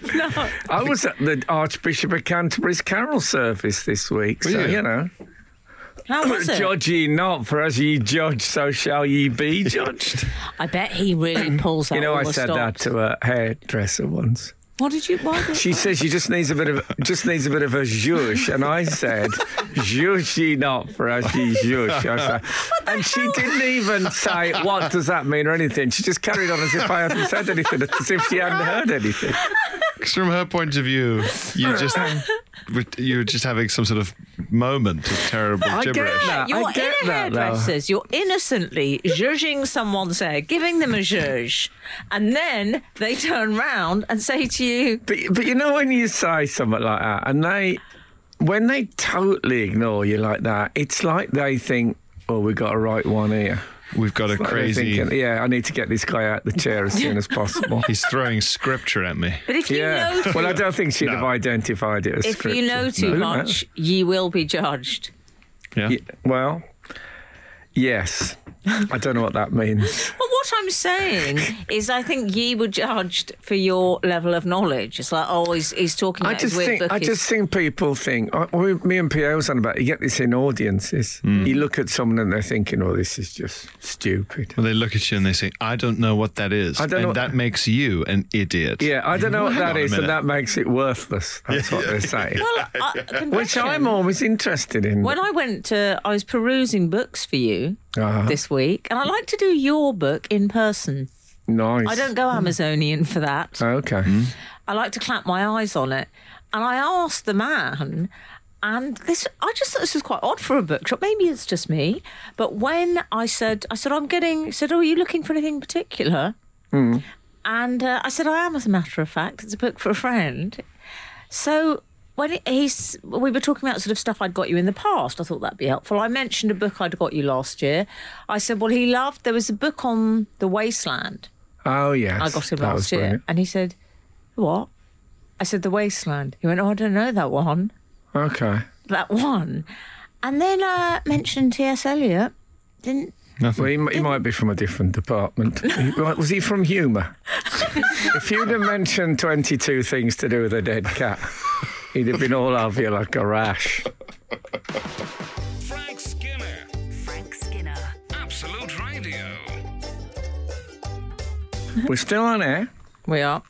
S3: I was at the Archbishop of Canterbury's carol service this week.
S5: Were
S3: so,
S5: you?
S3: you know, [COUGHS]
S4: How was it?
S3: judge ye not, for as ye judge, so shall ye be
S4: [LAUGHS]
S3: judged.
S4: I bet he really pulls out
S3: you know,
S4: all
S3: I
S4: the
S3: said that
S4: stops.
S3: to a hairdresser once.
S4: What did you? Why did,
S3: She says she just needs a bit of just needs a bit of a zhoosh, and I said, "Zhoosh ye not for us ye zhoosh." I was like- And she didn't even say what does that mean or anything. She just carried on as if I hadn't said anything, as if she hadn't heard anything.
S5: 'Cause from her point of view,
S3: [LAUGHS]
S5: you just you were just having some sort of moment of terrible
S3: I get
S5: gibberish.
S3: that.
S4: You're
S3: I get
S4: in a
S3: that though.
S4: hairdresser's. You're innocently judging someone's hair, giving them a zhuzh, and then they turn round and say to you,
S3: But but you know when you say something like that, and they when they totally ignore you like that, it's like they think, "Oh, we got a right one here."
S5: We've got a
S3: Like they're
S5: crazy.
S3: thinking, yeah, I need to get this guy out the chair as soon as possible.
S5: He's throwing scripture at me.
S4: "But if
S3: Yeah. [LAUGHS]
S4: you know,
S3: well, I don't think she'd have identified it as
S4: if you
S3: scripture.
S4: know
S3: No.
S4: too much, ye will be judged."
S5: Yeah.
S3: Y- Well, yes. I don't know what that
S4: [LAUGHS]
S3: means.
S4: Well, what I'm saying is, I think ye were judged for your level of knowledge. It's like, oh, he's, he's talking
S3: I
S4: about his
S3: just
S4: weird
S3: think I
S4: bookies.
S3: just think people think. I, we, me and Pierre was on about. You get this in audiences.
S5: Hmm.
S3: You look at someone and they're thinking, "Oh, this is just stupid."
S5: Well, they look at you and they say, "I don't know what that is,"
S3: I don't
S5: and
S3: know-
S5: that makes you an idiot.
S3: Yeah, I don't know what
S5: Hang
S3: that
S5: on a
S3: is, and
S5: minute.
S3: that makes it worthless. That's what they're saying. [LAUGHS]
S4: Well, I, I can
S3: Which
S4: reckon-
S3: I'm always interested in.
S4: When I went to, I was perusing books for you
S3: Uh-huh.
S4: this week, and I like to do your book in person.
S3: nice.
S4: I don't go Amazonian for that.
S3: Okay.
S5: Hmm?
S4: I like to clap my eyes on it. And I asked the man, and this, I just thought this was quite odd for a bookshop. Maybe it's just me. But when I said, I said, I'm getting, he said, Oh, are you looking for anything particular? And uh, I said, I am, as a matter of fact. It's a book for a friend. So when it- he's, we were talking about sort of stuff I'd got you in the past, I thought that'd be helpful. I mentioned a book I'd got you last year. I said, well, he loved. There was a book on the wasteland
S3: Oh yes.
S4: I got him
S3: That was
S4: last year,
S3: brilliant.
S4: and he said, "What?" I said, "The wasteland." He went, "Oh, I don't know that one, [LAUGHS]
S3: Okay.
S4: that one," and then uh, mentioned T.S. Eliot. Didn't
S3: Well, he, m- he might be from a different department.
S4: [LAUGHS]
S3: He- right, Was he from humour? if you'd have mentioned 22 things to do with a dead cat, he'd have been all over you like a rash.
S1: Frank Skinner.
S6: Frank Skinner.
S1: Absolute Radio.
S3: We're still on air.
S4: we are?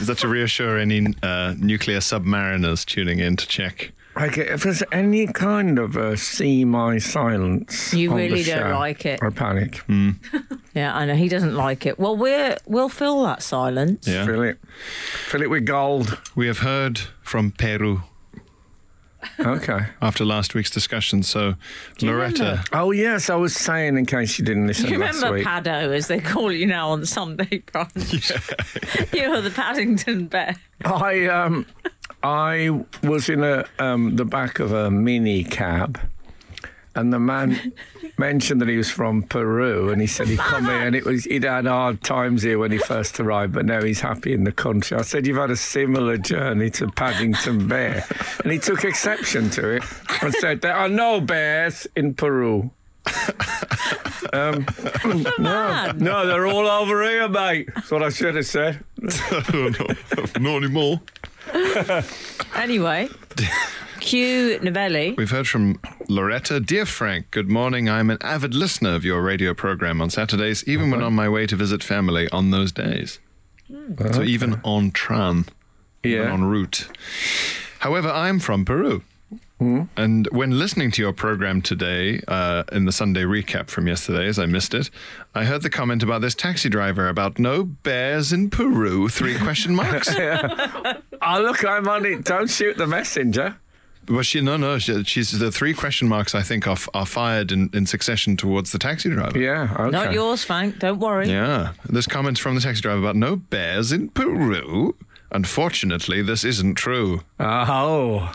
S5: Is that to reassure any uh, nuclear submariners tuning in to check?
S3: Okay, if there's any kind of a see my silence,
S4: You
S3: on the
S4: really don't
S3: show,
S4: like it.
S3: I panic.
S4: Yeah, I know he doesn't like it. Well, we're we'll fill that silence. [LAUGHS]
S5: Yeah.
S3: Fill it, fill it with gold.
S5: We have heard from Peru
S3: Okay.
S5: after last week's discussion. So,
S4: you
S5: Loretta,
S4: remember?
S3: Oh yes, I was saying in case you didn't listen
S4: You
S3: last
S4: remember
S3: week.
S4: Paddo, as they call you now on Sunday [LAUGHS] brunch? [LAUGHS] you are the Paddington Bear.
S3: I um, I was in a um, the back of a mini cab, and the man mentioned that he was from Peru, and he said he'd come here, and it was he'd had hard times here when he first arrived, but now he's happy in the country. I said you've had a similar journey to Paddington Bear, and he took exception to it and said there are no bears in Peru. um, no,
S4: man.
S3: no, they're all over here, mate. That's what I should have said.
S5: [LAUGHS] no, not anymore.
S3: [LAUGHS]
S4: Anyway, Q Novelli.
S5: We've heard from Loretta. Dear Frank, good morning. I'm an avid listener of your radio program on Saturdays, even when on my way to visit family on those days. So, even on Tran, even
S3: Yeah.
S5: en route. However, I'm from Peru.
S3: Hmm.
S5: And when listening to your program today uh, in the Sunday recap from yesterday, as I missed it, I heard the comment about this taxi driver about no bears in Peru, three question
S3: [LAUGHS]
S5: marks.
S3: Oh, look, I'm on it. Don't shoot the messenger.
S5: Well, she no no. She, she's the three question marks. I think are f- are fired in, in succession towards the taxi driver.
S3: Yeah, okay.
S4: Not yours, Frank. Don't worry.
S5: Yeah. There's comments from the taxi driver about no bears in Peru. Unfortunately, this isn't true.
S3: Oh,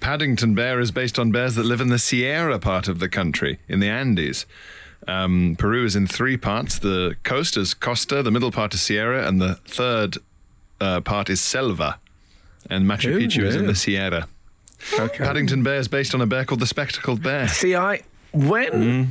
S5: Paddington Bear is based on bears that live in the Sierra part of the country, in the Andes. Um, Peru is in three parts. The coast is Costa, the middle part is Sierra, and the third uh, part is Selva. And Machu
S3: Ooh,
S5: Picchu is in
S3: yeah.
S5: the Sierra.
S3: okay.
S5: Paddington Bear is based on a bear called the Spectacled Bear.
S3: See, I when
S4: Mm.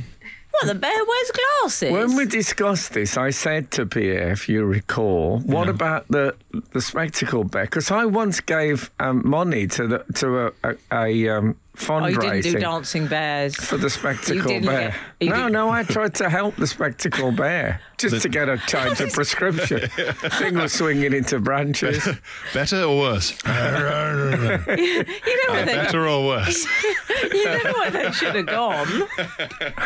S4: Well, the bear wears glasses.
S3: when we discussed this, I said to Pierre, if you recall, what about the the spectacle bear? Because I once gave um, money to the to a, a, a um,
S4: Oh, you
S3: fundraising.
S4: didn't do dancing
S3: [LAUGHS]
S4: bears.
S3: for the spectacle
S4: didn't
S3: bear.
S4: get- you
S3: no,
S4: didn't-
S3: no, I tried to help the spectacle
S4: [LAUGHS]
S3: bear just to get a change of prescription. Thing was swinging into
S4: [LAUGHS]
S3: branches.
S5: Better or worse?
S4: You know where they,
S5: [LAUGHS] Better or worse?
S4: you know where they should have gone.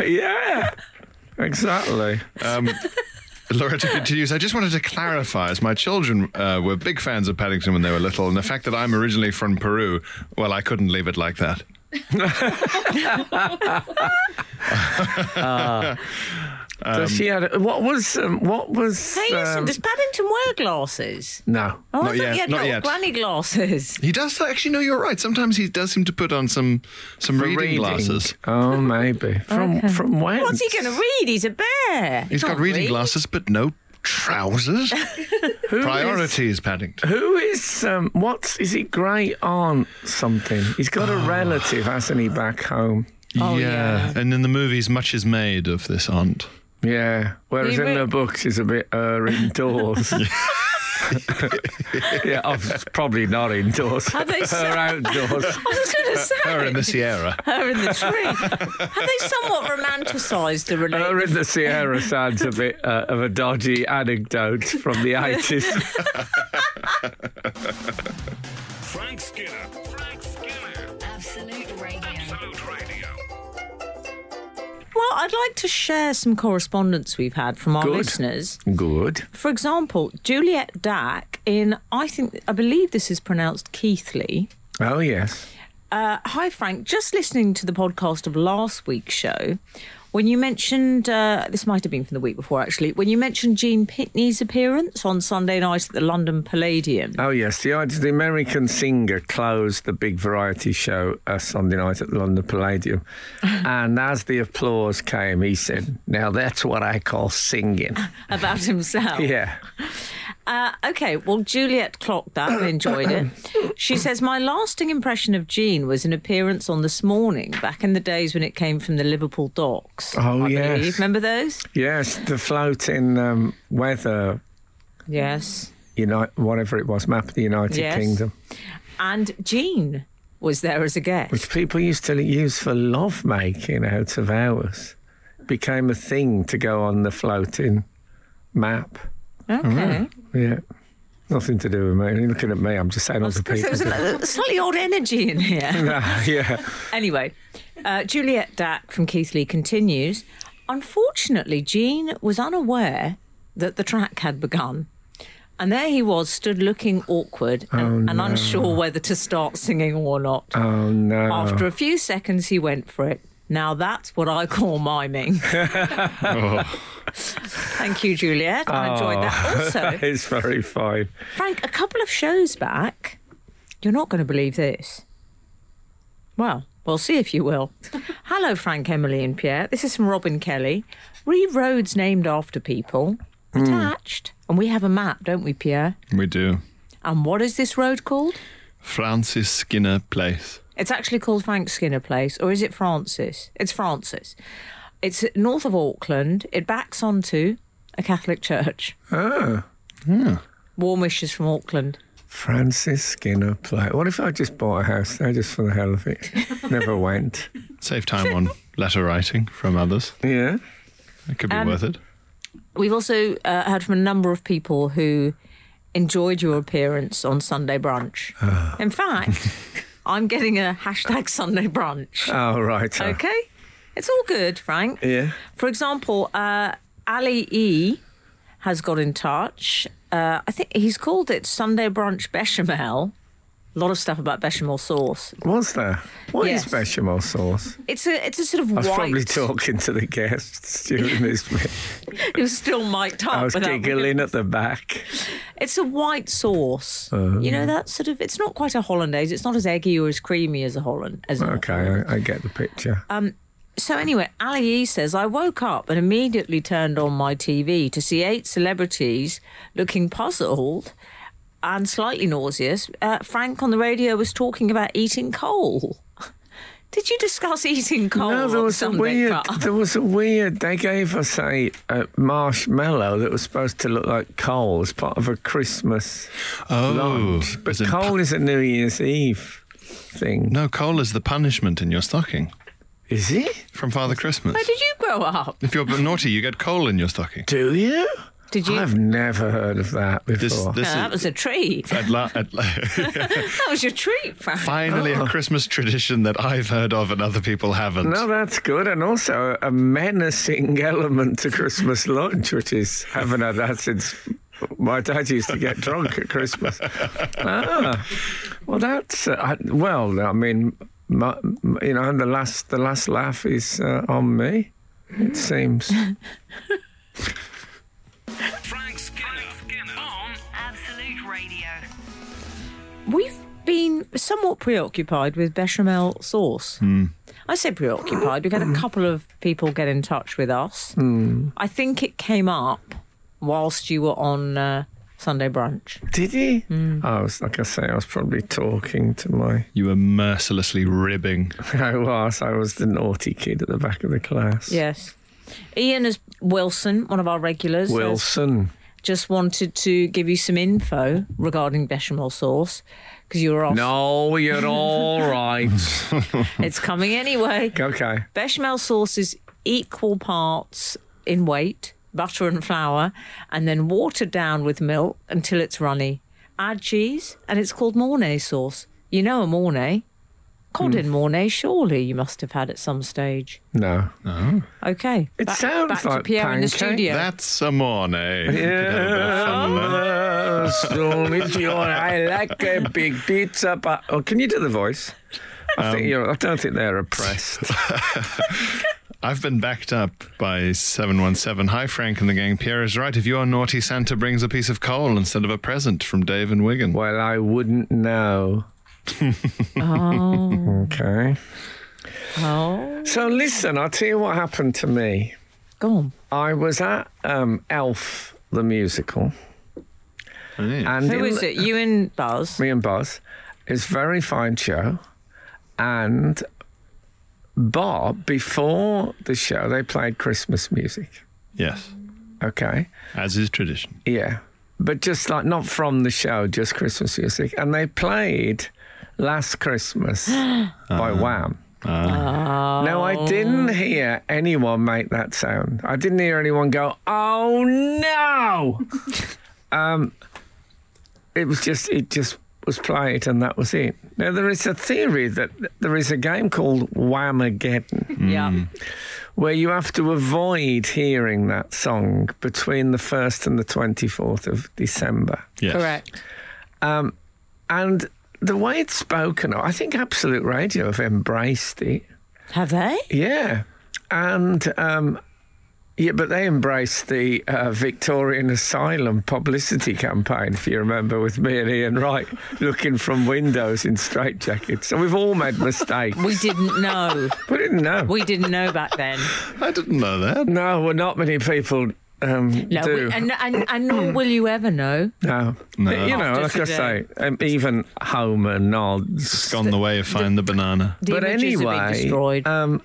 S3: yeah, exactly.
S5: Um, Loretta continues. I just wanted to clarify, as my children uh, were big fans of Paddington when they were little, and the fact that I'm originally from Peru, well, I couldn't leave it like that.
S3: So
S5: Um,
S3: she had a, what was um, what was
S4: Hey, listen,
S3: um,
S4: does Paddington wear glasses?
S3: no
S4: Oh,
S5: Not
S4: I thought
S5: yet,
S4: he had
S5: not
S4: little
S5: yet.
S4: granny
S5: [LAUGHS]
S4: glasses.
S5: He does actually. No, you're right. Sometimes he does seem to put on some some reading, glasses.
S3: Oh, maybe from from where?
S4: What's he going to read? He's a bear.
S5: He's got
S4: Not
S5: reading
S4: really.
S5: glasses, but no
S4: [LAUGHS]
S5: trousers? Priorities, Paddington.
S3: Who is um, what's is it great aunt something? He's got
S5: Oh.
S3: a relative, hasn't he, back home?
S4: Oh, yeah.
S5: And in the movies, much is made of this aunt.
S3: Yeah. Whereas
S4: You
S3: in
S4: re-
S3: the books is a bit uh,
S5: [LAUGHS]
S3: indoors. [LAUGHS] yeah, I'm probably not indoors.
S4: Are
S5: [LAUGHS]
S4: they
S3: Her
S4: [LAUGHS] so-
S3: outdoors.
S4: I was going to say
S5: Her in the Sierra.
S4: her in the tree. Have they somewhat romanticised the
S3: Her
S4: relationship?
S3: in the Sierra sounds a bit uh, of a dodgy anecdote from the 80s.
S1: Frank Skinner. Frank Skinner.
S6: Absolute Radio.
S1: Absolute Radio.
S4: Well, I'd like to share some correspondence we've had from our
S3: Good.
S4: listeners.
S3: Good.
S4: For example, Juliet Dack in I think I believe this is pronounced Keithley.
S3: Oh yes.
S4: Uh, hi, Frank. Just listening to the podcast of last week's show, when you mentioned, uh, this might have been from the week before actually, when you mentioned Gene Pitney's appearance on Sunday night at the
S3: [LAUGHS]
S4: London Palladium.
S3: Oh yes, the, the American singer closed the big variety show uh, Sunday night at the London
S4: [LAUGHS]
S3: Palladium, and as the applause came, he said, "Now that's what I call
S4: [LAUGHS]
S3: singing."
S4: about himself.
S3: Yeah,
S4: Uh, okay, well, Juliet clocked that and enjoyed it. She says, My lasting impression of Jean was an appearance on This Morning back in the days when it came from the Liverpool docks.
S3: Oh,
S4: I
S3: yes.
S4: believe. Remember those?
S3: yes, the floating um, weather,
S4: Yes.
S3: unite, whatever it was, map of the United
S4: Yes.
S3: Kingdom,
S4: And Jean was there as a guest.
S3: which people used to use for lovemaking out of hours, became a thing to go on the floating map. Mm.
S4: Okay.
S3: Yeah, nothing to do with me. You're looking at me. I'm just saying other
S4: Because there
S3: people. [LAUGHS]
S4: was a, a slightly odd energy in here. [LAUGHS]
S3: yeah.
S4: Anyway, uh, Juliet Dack from Keithley continues. Unfortunately, Jean was unaware that the track had begun. And there he was, stood looking awkward and, and unsure whether to start singing or not.
S3: Oh no.
S4: After a few seconds, he went for it. Now that's what I call miming. Thank you, Juliet. I enjoyed that. Also,
S3: it's very fine.
S4: Frank, a couple of shows back, you're not going to believe this. Well, we'll see if you will. Hello, Frank, Emily, and Pierre. This is from Robin Kelly. Re roads named after people. Attached. And we have a map, don't we, Pierre?
S5: [LAUGHS] We do.
S4: And what is this road called?
S5: Francis Skinner Place.
S4: It's actually called Frank Skinner Place, or is it Francis? It's Francis. It's north of Auckland. It backs onto a Catholic church.
S3: Ah,
S4: Warm wishes from Auckland.
S3: Francis Skinner play. What if I just bought a house there just for the hell of
S4: [LAUGHS]
S3: it? Never went.
S5: Save time on letter writing from others.
S3: Yeah.
S5: It could be worth it.
S4: We've also uh, heard from a number of people who enjoyed your appearance on Sunday brunch.
S3: Ah. [LAUGHS]
S4: In fact, I'm getting a hashtag Sunday brunch.
S3: Oh right. uh,
S4: Okay? It's all good, Frank.
S3: Yeah.
S4: For example, uh, Ali E has got in touch. Uh, I think he's called it Sunday brunch bechamel. A lot of stuff about bechamel sauce.
S3: Was there? What is
S4: Yes.
S3: bechamel sauce?
S4: It's a it's a sort of
S3: I was
S4: white.
S3: probably talking to the guests during this. bit.
S4: [LAUGHS] It was still mic'd up.
S3: I was
S4: without-
S3: giggling at the back.
S4: It's a white sauce.
S3: Uh-huh.
S4: you know that sort of. It's not quite a hollandaise. It's not as eggy or as creamy as a holland as an
S3: Okay, I, I get the picture.
S4: So anyway, Ali E says I woke up and immediately turned on my TV to see eight celebrities looking puzzled and slightly nauseous. Uh, Frank on the radio was talking about eating coal. [LAUGHS] Did you discuss eating coal?
S3: no, there
S4: on
S3: was a
S4: Sunday,
S3: weird.
S4: [LAUGHS] Carl?
S3: There was a weird. They gave us a, a marshmallow that was supposed to look like coal as part of a Christmas
S5: Oh,
S3: lunch. But
S5: as in pu-
S3: coal is a New Year's Eve thing.
S5: no, coal is the punishment in your stocking
S3: Is it?
S5: from Father Christmas.
S4: Where did you grow up?
S5: If you're naughty, you get coal in your stocking.
S3: Do you?
S4: Did you?
S3: I've never heard of that
S5: This,
S3: before.
S5: this
S4: No, that
S5: is.
S4: was a treat.
S5: At la-
S4: [LAUGHS]
S5: at la-
S4: That was your treat, Frank.
S5: finally, a Christmas tradition that I've heard of and other people haven't.
S3: no, that's good, and also a menacing [LAUGHS] element to Christmas lunch, which is haven't had that since my dad used to get drunk at
S5: [LAUGHS]
S3: Christmas. Ah, well, that's uh, I- well. I mean, my, you know, the last the last laugh is uh, on me. It
S4: [LAUGHS]
S3: seems.
S1: Frank Skinner. Frank Skinner. On
S6: Absolute Radio.
S4: We've been somewhat preoccupied with bechamel sauce.
S3: Hmm.
S4: I say
S3: Hmm.
S4: preoccupied. We've had a couple of people get in touch with us. I think it came up whilst you were on uh, Sunday brunch.
S3: Did he?
S4: Hmm.
S3: I was, like I say, I was probably talking to my.
S5: You were mercilessly ribbing.
S3: I was. I was the naughty kid at the back of the class.
S4: Yes. Ian is Wilson, one of our regulars. says-
S3: Wilson.
S4: just wanted to give you some info regarding bechamel sauce because you were off.
S3: No, Oh, you're all [LAUGHS] right.
S4: It's coming anyway.
S3: okay.
S4: Bechamel sauce is equal parts in weight, butter and flour, and then watered down with milk until it's runny. Add cheese, and it's called Mornay sauce. You know a Mornay. Cod
S3: Hmm.
S4: in Mornay, surely you must have had at some stage.
S3: No.
S4: Okay.
S3: It sounds
S4: back to
S3: like
S4: Pierre in the
S3: pancake.
S4: studio.
S5: That's a morning.
S3: Stone is your. I like a big pizza. But oh, can you do the voice? I think you're. I don't think they're oppressed.
S5: I've been backed up by 717. Hi, Frank and the gang. Pierre is right. If your naughty Santa brings a piece of coal instead of a present from Dave and Wigan.
S3: well, I wouldn't know. [LAUGHS]
S4: Oh,
S3: Okay.
S4: oh.
S3: So listen, I'll tell you what happened to me.
S4: Go on.
S3: I was at um, Elf the musical,
S5: Yeah.
S3: and
S4: Who
S3: in-
S4: is it? You and Buzz?
S3: me and Buzz. It's a very fine show. And Bob, before the show, they played Christmas music.
S5: yes,
S3: Okay.
S5: as is tradition.
S3: Yeah. But just like, not from the show, just Christmas music. And they played Last Christmas by Wham. Now, I didn't hear anyone make that sound. I didn't hear anyone go, oh no. um, it was just, it just was played and that was it. Now, there is a theory that there is a game called Whamageddon
S4: Yeah.
S3: where you have to avoid hearing that song between the 1st and the 24th of December.
S5: Yes.
S4: Correct.
S3: And the way it's spoken, of, I think Absolute Radio have embraced it.
S4: Have they?
S3: Yeah. And, um, yeah, but they embraced the uh, Victorian Asylum publicity campaign, if you remember, with me and Ian Wright looking from windows in straitjackets. So we've all made
S4: [LAUGHS]
S3: mistakes.
S4: We didn't know.
S3: we didn't know.
S4: we didn't know back then.
S5: I didn't know that.
S3: no, well, not many people um,
S4: No,
S3: do.
S4: we, and, and
S3: [CLEARS THROAT]
S4: and nor will you ever know.
S3: No.
S5: No.
S3: But, you know,
S4: After
S3: like I
S4: today.
S3: say, um, even Homer nods.
S5: It's gone the way of find the banana.
S4: The
S3: But
S4: images are
S3: anyway,
S4: being destroyed.
S3: Um,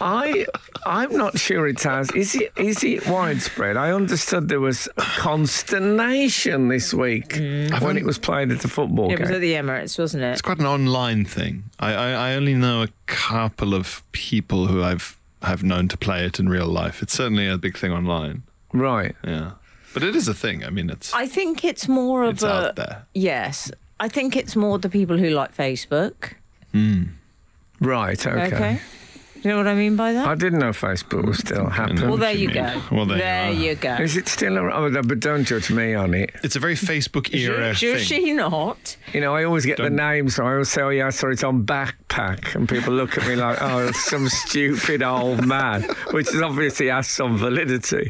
S3: I, I'm not sure it has. Is it? Is it widespread? I understood there was consternation this week when
S5: only-
S3: it was played at the football
S4: Mm. It was at
S3: game.
S4: the Emirates, wasn't it?
S5: It's quite an online thing. I, I, I only know a couple of people who I've have known to play it in real life. It's certainly a big thing online.
S3: Right.
S5: Yeah, but it is a thing. I mean, it's
S4: I think it's more of
S5: it's
S4: a
S5: out there.
S4: yes. I think it's more the people who like Facebook.
S3: Right. Okay.
S4: Okay. Do you know what I mean by that?
S3: I didn't know Facebook was still happening.
S4: well,
S5: what
S4: there you
S5: you mean.
S4: go.
S5: Well, there you are.
S4: you go.
S3: is it still around? Oh, no, but don't judge me on it.
S5: It's a very Facebook era
S4: Should, should
S5: thing.
S4: she not?
S3: You know, I always get the name, so I always say, oh, yeah, sorry, it's on backpack. And people look at me like, oh, it's some stupid old man, which is obviously has some validity.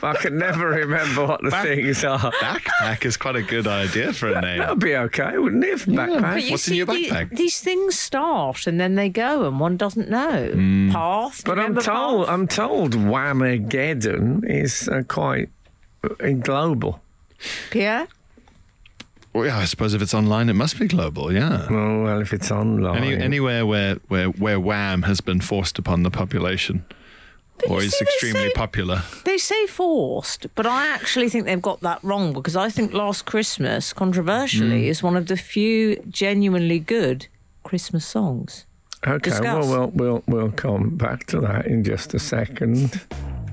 S3: But I can never remember what the things are.
S5: Backpack is quite a good idea for
S4: [LAUGHS]
S5: a name.
S3: That would be okay, wouldn't it? if Backpack.
S4: But you
S5: What's in
S4: see,
S5: your
S4: the-
S5: backpack?
S4: these things start and then they go, and one doesn't know.
S5: Hmm.
S4: Path. do you
S3: But I'm
S4: remember
S3: told,
S4: Path?
S3: I'm told Whamageddon is uh, quite uh, global.
S4: Pierre.
S5: Well, yeah, I suppose if it's online, it must be global. Yeah.
S3: Oh, well, if it's online.
S5: Any, anywhere where, where where Wham has been forced upon the population, or
S4: you
S5: is
S4: see, they
S5: extremely
S4: say-
S5: popular.
S4: They say forced, but I actually think they've got that wrong because I think Last Christmas,
S3: Mm.
S4: controversially, is one of the few genuinely good Christmas songs.
S3: okay,
S4: Discuss.
S3: well, well, we'll, we'll come back to that in just a second.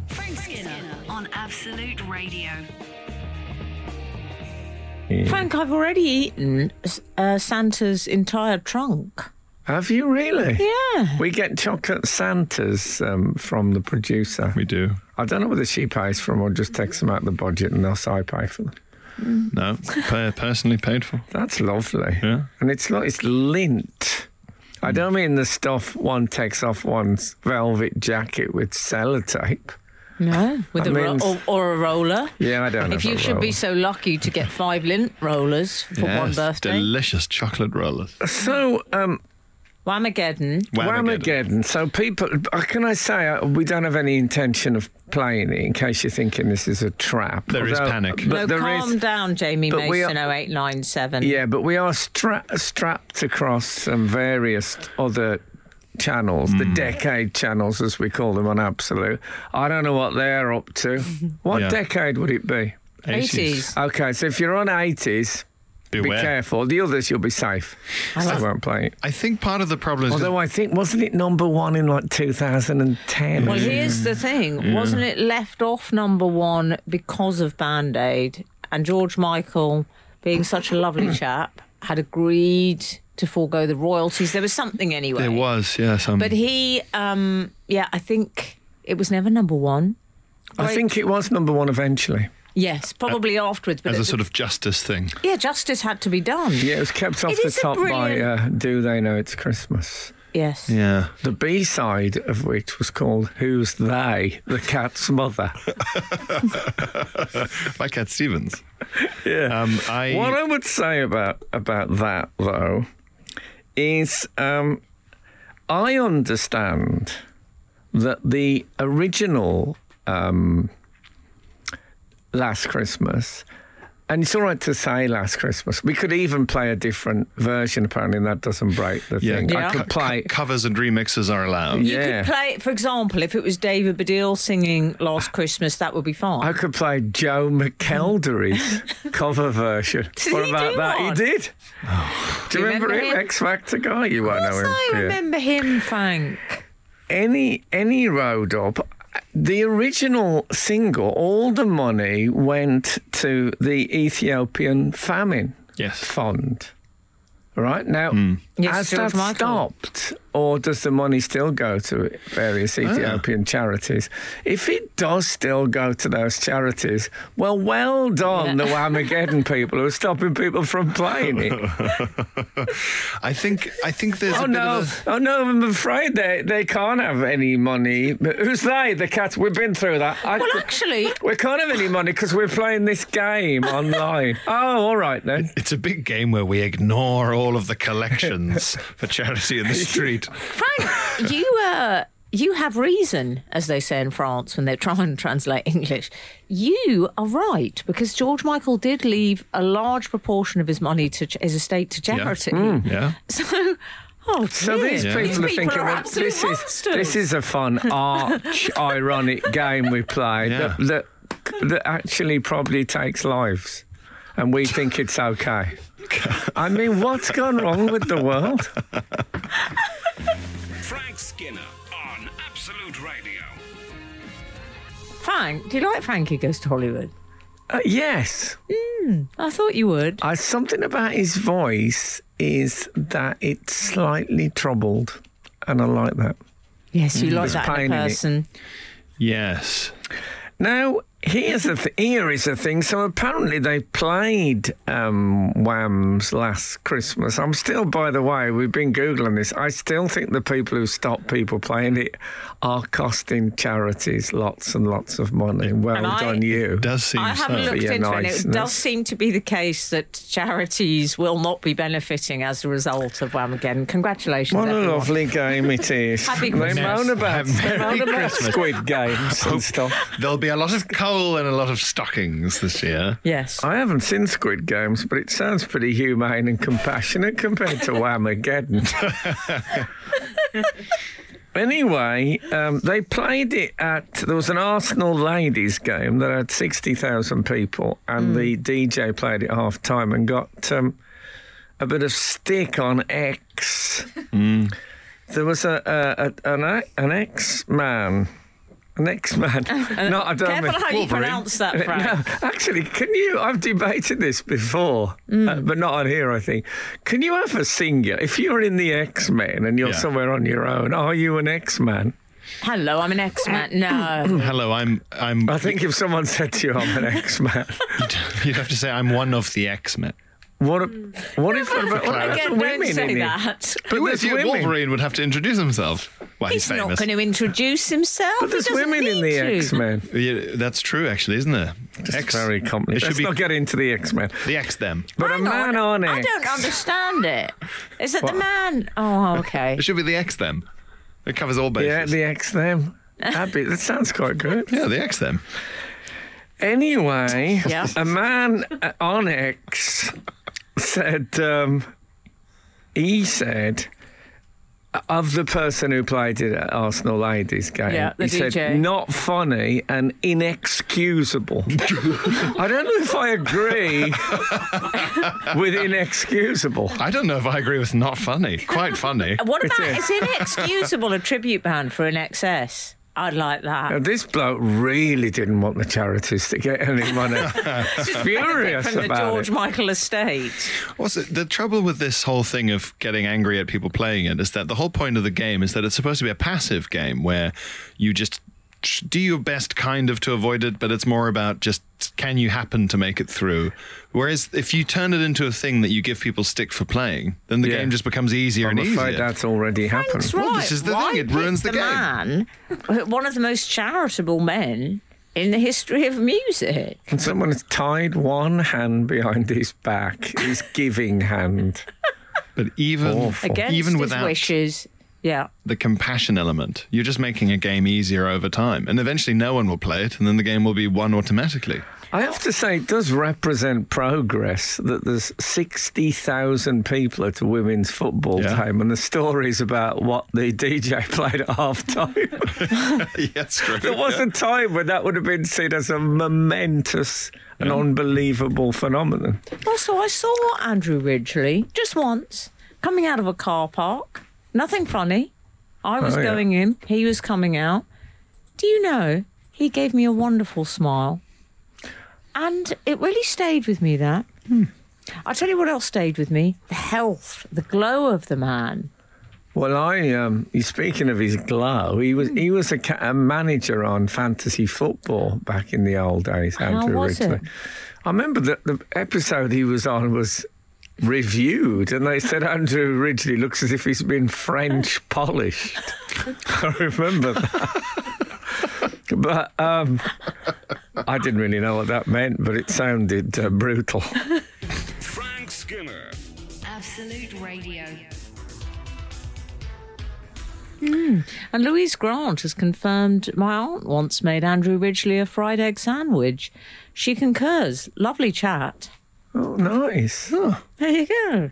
S6: Frank Skinner on Absolute Radio.
S4: Frank, I've already eaten uh, Santa's entire trunk.
S3: Have you really?
S4: Yeah.
S3: We get chocolate Santas um, from the producer.
S5: We do.
S3: I don't know whether she pays for them or just takes them out of the budget and else I pay for them.
S4: [LAUGHS]
S5: No, per- personally paid for.
S3: That's lovely.
S5: Yeah.
S3: And it's not, it's lint. I don't mean the stuff one takes off one's velvet jacket with sellotape.
S4: No, with
S3: That
S4: a ro-
S3: means-
S4: or, or a roller.
S3: Yeah, I don't know.
S4: If you
S3: I
S4: should be
S3: will.
S4: so lucky to get five lint rollers for one
S5: Yes,
S4: birthday.
S5: Delicious chocolate rollers.
S3: So, um,
S4: Whamageddon.
S3: Whamageddon. So people, uh, can I say uh, we don't have any intention of playing it? In case you're thinking this is a trap,
S5: There is panic.
S4: No,
S3: there is-
S4: calm down, Jamie
S3: but we
S4: Mason,
S3: are-
S4: 0897.
S3: Yeah, but we are stra- strapped across some various other channels,
S5: Hmm.
S3: the decade channels as we call them on Absolute. I don't know what they're up
S5: [LAUGHS]
S3: to. What
S5: Yeah.
S3: decade would it be?
S4: 80s.
S3: Okay, so if you're on 80s,
S5: Beware.
S3: be careful. The others, you'll be safe. I
S4: like-
S3: won't play
S4: [LAUGHS]
S3: it.
S5: I think part of the problem is
S3: Although I think, wasn't it number one in like 2010?
S4: Well, here's the thing. Wasn't it left off number one because of Band Aid? And George Michael, being such a
S5: [CLEARS THROAT]
S4: lovely chap, had agreed to forego the royalties. There was something anyway.
S5: there was, yeah, some.
S4: But he, um, yeah, I think it was never number one.
S3: I think it was number one eventually.
S4: Yes, probably afterwards. But
S5: Uh, as
S4: it-
S5: a sort of justice thing.
S4: yeah, justice had to be done.
S3: Yeah, it was kept off
S4: It
S3: the
S4: is a
S3: top by
S4: brilliant-
S3: uh, Do They Know It's Christmas?
S4: Yes.
S5: [LAUGHS] Yeah.
S3: The B side of which was called Who's They? The Cat's Mother.
S5: By
S3: [LAUGHS]
S5: Cat Stevens. yeah. Um, I,
S3: What I would say about about that though is um, I understand that the original um, Last Christmas. And it's all right to say Last Christmas. We could even play a different version, apparently, and that doesn't break the
S5: yeah,
S3: thing.
S5: co-
S4: Yeah.
S3: I
S5: co-
S3: could play.
S5: co- covers and remixes are allowed.
S4: You
S3: Yeah.
S4: could play, for example, if it was David Baddiel singing Last Christmas, that would be fine.
S3: I could play Joe McKelderry's
S4: [LAUGHS]
S3: cover version.
S4: Did
S3: what
S4: he
S3: about
S4: do
S3: that?
S4: one?
S3: He
S4: Oh.
S3: did. Do you remember,
S4: Remember
S3: him?
S4: him?
S3: X Factor guy? You won't know him.
S4: I
S3: Yeah.
S4: remember him,
S5: [LAUGHS]
S4: Frank.
S3: any any road up the original single all the money went to the ethiopian famine
S5: Yes.
S3: fund right now
S4: Yes,
S3: has
S4: George
S3: that
S4: Michael.
S3: stopped or does the money still go to various ethiopian charities if it does still go to those charities well well done the whamageddon people who are stopping people from playing it
S5: I think I think there's
S3: Oh
S5: a bit
S3: no!
S5: of
S3: Oh no! I'm afraid they they can't have any money. But Who's they? The cats. We've been through that. I,
S4: Well, actually,
S3: we can't have any money because we're playing this game online. oh, all right then.
S5: a it's a big game where we ignore all of the
S3: [LAUGHS]
S5: collections for charity in the street.
S4: Frank, you uh, you have reason, as they say in France when they try and translate [LAUGHS] English. You are right because George Michael did leave a large proportion of his money to ch- his estate to charity.
S5: Yeah.
S4: [LAUGHS] So, oh,
S3: Hmm. So
S4: dear.
S3: these
S5: Yeah.
S3: people are thinking
S4: are
S3: well,
S4: absolute
S3: this is
S4: monsters.
S3: this is a fun, arch, ironic game we play
S5: Yeah.
S3: that, that that actually probably takes lives, and we think it's
S5: [LAUGHS]
S3: okay. I mean, what's gone wrong with the world?
S1: Frank Skinner on Absolute Radio.
S4: Frank, do you like Frankie Goes to Hollywood?
S3: Uh, yes.
S4: I thought you would.
S3: Uh, something about his voice is that it's slightly troubled, and I like that.
S4: Yes, you
S3: Hmm.
S4: like that
S3: pain
S4: in
S3: in
S4: a
S3: it.
S4: person.
S5: Yes.
S3: Now, here's the th- here is the thing. So apparently they played um, Wham's last Christmas. I'm still, by the way, we've been googling this. I still think the people who stop people playing it are costing charities lots and lots of money. Well
S4: And I-
S3: done, you.
S5: It does seem
S4: I
S5: so.
S4: haven't looked
S3: Yeah,
S4: into it. and It
S3: niceness.
S4: does seem to be the case that charities will not be benefiting as a result of Whamageddon. Congratulations,
S3: What a
S4: everyone.
S3: lovely game it is.
S4: [LAUGHS] Happy
S3: they
S4: Christmas.
S3: moan about, [LAUGHS] they
S5: Merry
S3: moan about
S5: Christmas.
S3: squid games and stuff.
S5: There'll be a lot of coal and a lot of stockings this year.
S4: Yes.
S3: I haven't seen Squid Games, but it sounds pretty humane and compassionate compared to Whamageddon. [LAUGHS] anyway, um, they played it at. There was an Arsenal ladies game that had 60,000 people, and
S4: Mm.
S3: the DJ played it half time and got um, a bit of stick on X. There was a, a, a an, a- an X man. An X
S4: [LAUGHS]
S3: man. Not, I don't
S4: Careful
S3: mean-
S4: how you
S5: Wolverine.
S4: pronounce
S3: [LAUGHS]
S4: that, Frank.
S3: no, actually, can you? I've debated this before, uh,
S4: Mm.
S3: but not on here, I think. Can you have a singer? If you're in the X Men and you're
S5: Yeah.
S3: somewhere on your own, are you an X Man?
S4: Hello, I'm an X-Man.
S3: Hmm.
S4: No.
S5: Hello, I'm
S4: [LAUGHS]
S5: I'm [LAUGHS]
S3: I think if someone said to you, I'm an X Man,
S5: you'd have to say I'm one of the X-Men.
S3: What? What if? What about, what about
S4: Again,
S3: the women
S4: don't say
S3: in here?
S4: that.
S3: But
S5: Who
S3: there's
S5: is you?
S3: women.
S5: Wolverine would have to introduce himself. Well, he's,
S4: He's not
S5: famous.
S4: going to introduce himself.
S3: But there's
S4: He doesn't
S3: women in
S4: need
S3: the
S4: to.
S3: X Men.
S5: Yeah, that's true, actually, isn't it?
S3: It's very
S5: It
S3: complicated.
S5: should
S3: Let's
S5: be-
S3: not get into the X Men.
S5: The X them.
S3: But
S4: Hang
S3: a man on,
S4: I
S3: X.
S4: don't understand it. Is it the man? Oh,
S3: [LAUGHS]
S4: okay.
S5: It should be the X them. It covers all
S3: Yeah,
S5: bases.
S3: the X
S4: [LAUGHS]
S3: them. That'd be, that sounds quite good.
S5: Yeah, the X them.
S3: Anyway,
S4: Yeah.
S3: a man uh, on X said, um, he said, of the person who played it at Arsenal Ladies game,
S4: Yeah, the
S3: he
S4: DJ.
S3: said, not funny and inexcusable. I don't know if I agree [LAUGHS] with inexcusable.
S5: I don't know if I agree with not funny. Quite funny.
S4: What about
S3: is.
S4: it's inexcusable a tribute band for an excess? I'd like
S3: Now,
S4: that.
S3: this bloke really didn't want the charities to get any money. furious
S4: from the
S3: about
S4: George
S3: it.
S4: Michael estate.
S5: Also, the trouble with this whole thing of getting angry at people playing it is that the whole point of the game is that it's supposed to be a passive game where you just tr- do your best kind of to avoid it, but it's more about just can you happen to make it through. Whereas if you turn it into a thing that you give people stick for playing, then the
S3: Yeah.
S5: game just becomes easier
S3: I'm
S5: and easier.
S3: afraid that's already happened.
S4: That's right.
S5: Well, this is the
S4: Why
S5: thing, it
S4: pick
S5: ruins the game.
S4: man, who- one of the most charitable men in the history of music.
S3: And someone has tied one hand behind his back, his giving hand.
S5: but even
S3: Awful.
S4: Against
S5: even
S4: his
S5: without
S4: wishes. Yeah.
S5: the compassion element, you're just making a game easier over time, and eventually no one will play it, and then the game will be
S3: [LAUGHS]
S5: won automatically.
S3: I have to say, it does represent progress that there's 60,000 people at a women's football
S5: Yeah.
S3: game, and the stories about what the DJ played at half time.
S5: yes, true.
S3: there was a time when that would have been seen as a momentous and unbelievable phenomenon.
S4: Also, I saw Andrew Ridgely just once coming out of a car park. Nothing funny. I was
S3: Oh, yeah.
S4: going in, he was coming out. Do you know, he gave me a wonderful smile. And it really stayed with me, that.
S3: Hmm.
S4: I'll tell you what else stayed with me the health, the glow of the man.
S3: Well, I um, he's speaking of his glow, he was he was a, ca- a manager on fantasy football back in the old days. Andrew
S4: was
S3: Ridgely.
S4: it?
S3: I remember that the episode he was on was reviewed, and they said Andrew Ridgely looks as if he's been
S4: [LAUGHS]
S3: French polished. I remember that. But um, I didn't really know what that meant, but it sounded uh, brutal.
S1: Frank Skinner.
S6: Absolute Radio.
S4: And Louise Grant has confirmed my aunt once made Andrew Ridgely a fried egg sandwich. She concurs. Lovely chat.
S3: Oh, nice.
S4: There you go.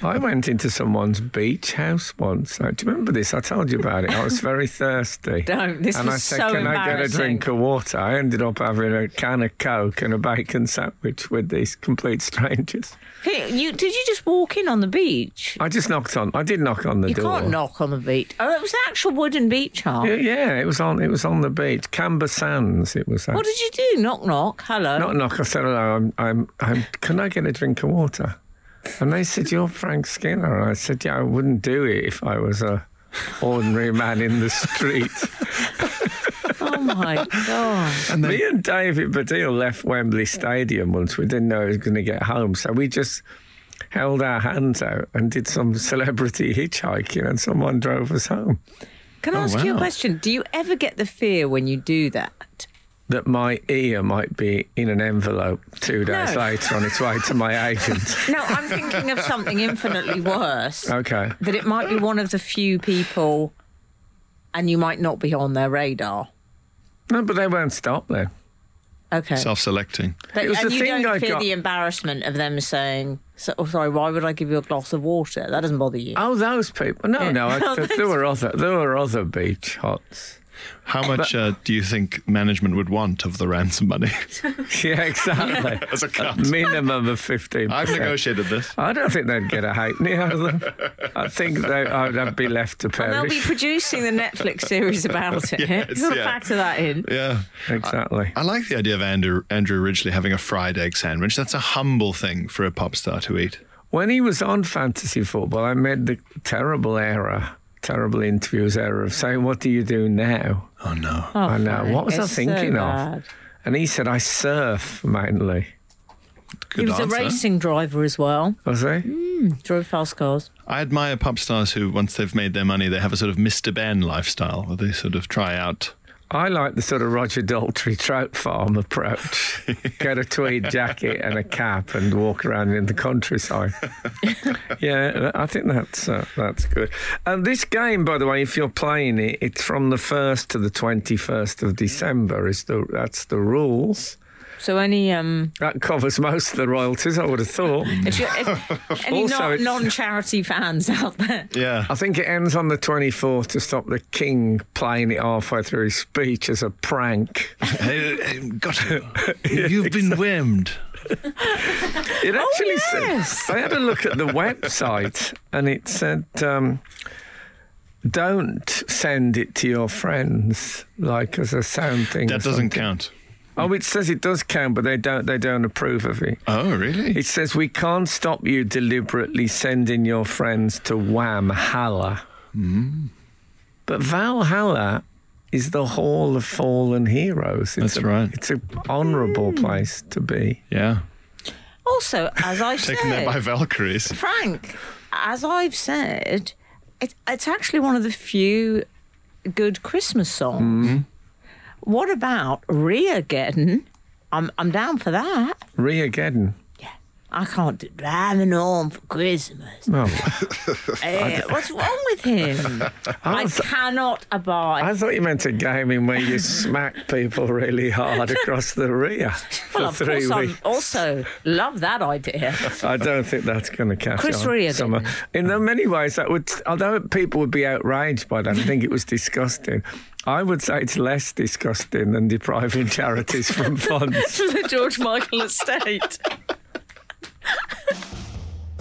S3: I went into someone's beach house once. Now, do you remember this? I told you about it. I was
S4: [LAUGHS]
S3: very thirsty.
S4: Don't. This
S3: and I
S4: was
S3: said,
S4: so
S3: "Can I get a
S4: embarrassing."
S3: drink of water?" I ended up having a can of Coke and a bacon sandwich with these complete strangers.
S4: Hey, you did you just walk in on the beach?
S3: I just knocked on. I did knock on the
S4: You
S3: door.
S4: can't knock on the beach. Oh, it was an actual wooden beach hut.
S3: Yeah, yeah, it was on. It was on the beach, Camber Sands. It was. At.
S4: What did you do? Knock, knock. Hello.
S3: Not knock. I said, "Hello, I'm, I'm, I'm. Can I get a drink of water?" And they said, "You're Frank Skinner." And I said, "Yeah, I wouldn't do it if I was a ordinary man in
S4: [LAUGHS]
S3: the street." [LAUGHS]
S4: oh my god.
S3: Me and David Baddiel left Wembley Stadium once. We didn't know he was going to get home, so we just held our hands out and did some [LAUGHS] celebrity hitchhiking, and someone drove us home.
S4: Can I
S3: Oh,
S4: ask you a
S5: wow.
S4: question? Do you ever get the fear when you do that?
S3: That my ear might be in an envelope two days
S4: No.
S3: later on its way to my agent.
S4: No, I'm thinking of something infinitely worse.
S3: Okay.
S4: That it might be one of the few people, and you might not be on their radar.
S3: No, but they won't stop then.
S4: Okay.
S5: Self-selecting.
S4: But,
S3: It was
S4: and
S3: the
S4: you
S3: thing
S4: don't
S3: I
S4: fear
S3: got-
S4: the embarrassment of them saying, so, oh, sorry, why would I give you a glass of water? That doesn't bother you.
S3: Oh, those people. No, no. I, there were other. There were other beach huts.
S5: How much uh, do you think management would want of the ransom money?
S3: [LAUGHS] Yeah, exactly.
S5: As a cut.
S3: Minimum of fifteen.
S5: [LAUGHS] I've negotiated this.
S3: I don't think they'd get a halfpenny out of [LAUGHS] them. I think they, I'd, I'd be left to
S4: They'll be
S3: perish.
S4: producing the Netflix series
S5: [LAUGHS]
S4: about it.
S5: Yes,
S4: You've got to
S5: yeah.
S4: factor that in.
S5: Yeah.
S3: exactly.
S5: I like the idea of Andrew, Andrew Ridgely having a fried egg sandwich. That's a humble thing for a pop star to eat.
S3: When he was on fantasy football, I made the terrible error, terrible interviews error of saying, "What do you do now?"
S5: Oh, no.
S4: Oh,
S3: I know.
S4: Frank,
S3: What was I
S4: it's so
S3: thinking of?
S4: bad.
S3: And he said, "I surf mainly."
S5: Good
S4: he was
S5: answer.
S4: a racing driver as well.
S3: Was he?
S4: Drove fast cars.
S5: I admire pop stars who, once they've made their money, they have a sort of Mr. Ben lifestyle where they sort of try out.
S3: I like the sort of Roger Daltrey trout farm approach. Get a tweed jacket and a cap and walk around in the countryside. yeah, tha- I think that's uh, that's good. And this game, by the way, if you're playing it, it's from the first to the twenty-first of December. Is the that's the rules
S4: So any um,
S3: that covers most of the royalties? I would have thought.
S4: if you
S5: [LAUGHS]
S4: if, any
S3: Also,
S4: non
S3: it's-
S4: non-charity fans out there,
S5: Yeah.
S3: I think it ends on the 24th to stop the king playing it halfway through his speech as a prank.
S5: [LAUGHS] Hey, hey, got [LAUGHS] it. You've been whammed.
S3: It actually said-
S4: yes.
S3: I had a look at the website and it said, um, don't send it to your friends, like as a sound thing. or
S5: That doesn't
S3: something.
S5: count.
S3: Oh, it says it does count, but they don't. They don't approve of it.
S5: Oh, really?
S3: It says we can't stop you deliberately sending your friends to Whamhalla.
S5: Hmm.
S3: But Valhalla is the Hall of Fallen Heroes. It's
S5: That's
S3: a,
S5: right.
S3: It's an honourable place to be.
S5: yeah.
S4: also as I
S5: Taken there
S4: said,
S5: by Valkyries.
S4: Frank, as I've said, it, it's actually one of the few good Christmas songs.
S5: Mm-hmm.
S4: What about Reageddon? I'm I'm down for that.
S3: Reageddon.
S4: I can't do driving home for Christmas.
S3: No,
S4: Eh, what's wrong with him? I cannot abide.
S3: I thought you meant a gaming where you smack people really hard across the rear
S4: well,
S3: for
S4: of
S3: three
S4: course, I
S3: weeks.
S4: also love that idea. [LAUGHS]
S3: I don't think that's going to catch
S4: Chris
S3: on.
S4: Reardon.
S3: somehow. In the many ways, that would, although people would be outraged by that, I think it was disgusting. I would say it's less disgusting than
S4: [LAUGHS]
S3: depriving charities from funds.
S4: the George Michael estate.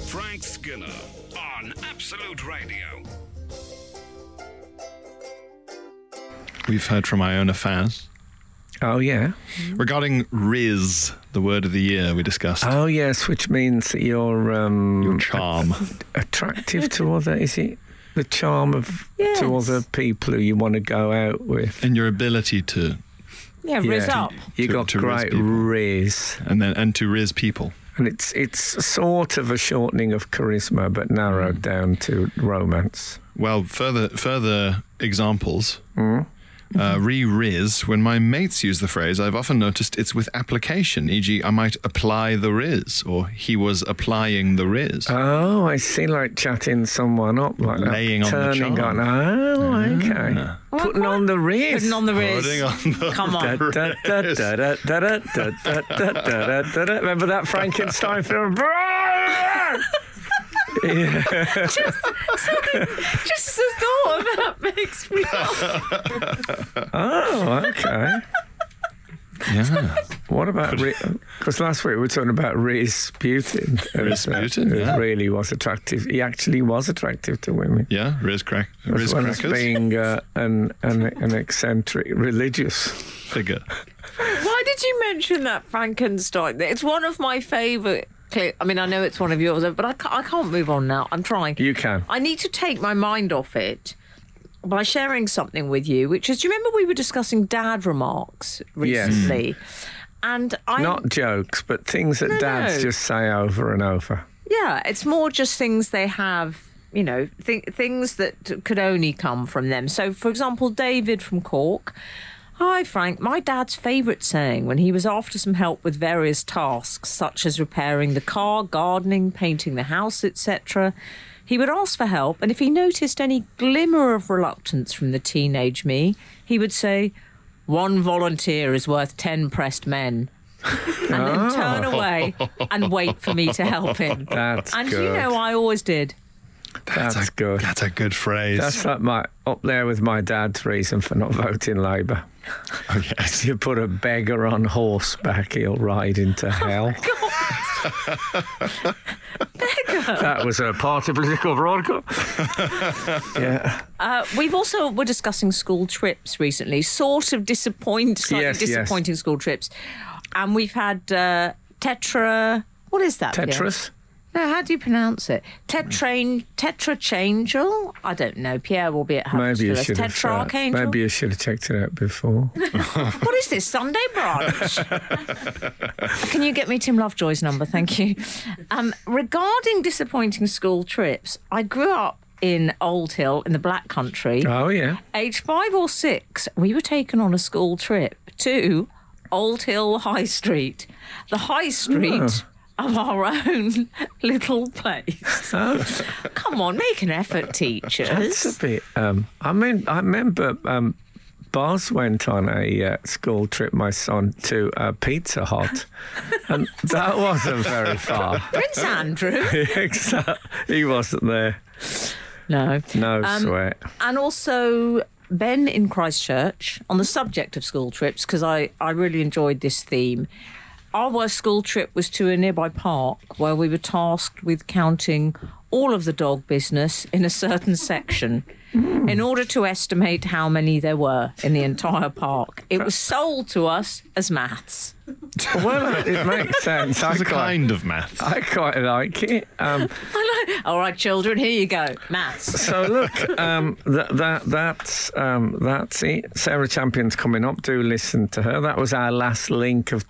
S1: Frank Skinner on Absolute Radio.
S5: We've heard from Iona Faz.
S3: Oh yeah,
S5: Regarding Riz, the word of the year we discussed.
S3: oh yes, which means that you're um,
S5: Your charm.
S3: attractive to other. Is it the charm of to
S4: Yes.
S3: other people who you want to go out with?
S5: and your ability to
S4: Yeah, Riz up.
S3: You
S5: To-
S3: got
S5: to riz
S3: great
S5: people.
S3: riz,
S5: and then and to Riz people.
S3: and it's it's sort of a shortening of charisma, but narrowed down to romance.
S5: Well, further further examples.
S3: Mm-hmm.
S5: Uh, re-riz. When my mates use the phrase, I've often noticed it's with application. E.g., I might apply the riz, or he was applying the riz.
S3: Oh, I see. Like chatting someone up, like that.
S5: Laying on the
S3: turning
S5: charm.
S3: on. Oh, okay. Putting on the wrist.
S4: Putting on the Riz.
S5: Putting on the-
S4: [LAUGHS] Come
S3: Da,
S4: on.
S3: da, da, da, da, da, da, da, da, da, da, da, da, da. [LAUGHS] Remember that Frankenstein film?
S4: Just the thought of that makes me laugh.
S3: [LAUGHS] oh, okay.
S5: yeah.
S3: What about because last week we were talking about Rasputin. and
S5: Rasputin,
S3: it
S5: yeah.
S3: really was attractive. He actually was attractive to women,
S5: Yeah, riz crack, riz
S3: as well as
S5: crackers
S3: being uh, an, an an eccentric religious.
S5: figure.
S4: [LAUGHS] Why did you mention that Frankenstein? It's one of my favourite. cli- I mean, I know it's one of yours, but I can't, I can't move on now. I'm trying.
S3: You can.
S4: I need to take my mind off it by sharing something with you, which is, do you remember we were discussing dad remarks
S3: Yes.
S4: recently? And I
S3: Not jokes, but things that dads
S4: no.
S3: just say over and over.
S4: Yeah, it's more just things they have, you know, th- things that could only come from them. So, for example, David from Cork. Hi, Frank. My dad's favourite saying when he was after some help with various tasks, such as repairing the car, gardening, painting the house, etc., he would ask for help. And if he noticed any glimmer of reluctance from the teenage me, he would say, One volunteer is worth 10 pressed men. And
S3: Ah.
S4: then turn away and wait for me to help him.
S3: [LAUGHS] That's
S4: And
S3: good.
S4: you know, I always did.
S3: that's,
S5: That's
S3: good.
S5: That's a good phrase.
S3: That's like my up there with my dad's reason for not [LAUGHS] voting Labour.
S5: oh, yes.
S3: You put a beggar on horseback, he'll ride
S4: Oh,
S3: into hell. [LAUGHS] That was a party political
S5: [LAUGHS]
S3: broadcast. yeah.
S4: Uh, we've also were discussing school trips recently, sort of disappoint, slightly
S3: Yes, yes.
S4: disappointing school trips, and we've had uh, tetra. What is that? Pierre?
S3: Tetris?
S4: No, how do you pronounce it? Tetra tetrachangel? I don't know. Pierre will be at home.
S3: Maybe
S4: to
S3: you
S4: us.
S3: should have checked-
S4: Tetrarchangel.
S3: maybe you should have checked it out
S4: [LAUGHS]
S3: before.
S4: What is this Sunday
S3: [LAUGHS]
S4: brunch? Can you get me Tim Lovejoy's number? Thank you. Um, regarding disappointing school trips, I grew up in Old Hill in the Black Country.
S3: oh yeah,
S4: Age five or six, we were taken on a school trip to Old Hill High Street, the high street of our own [LAUGHS] little place. Come on, make an effort,
S3: that's
S4: teachers.
S3: a bit. Um, I mean, I remember um, Buzz went on a uh, school trip my son to uh, Pizza Hut, and that wasn't very far. [LAUGHS]
S4: Prince Andrew.
S3: Exact- he wasn't there.
S4: No.
S3: No sweat.
S4: and also Ben in Christchurch on the subject of school trips because I, I really enjoyed this theme. Our worst school trip was to a nearby park where we were tasked with counting all of the dog business in a certain section in order to estimate how many there were in the entire park. It was sold to us as maths.
S3: Well, it makes sense. I
S5: It's a
S3: quite,
S5: kind of math.
S3: I quite like it. Um,
S4: All right, children, here you go. Maths.
S3: so look, um, that, that that's um, that's it. Sarah Champion's coming up. Do listen to her. That was our last link of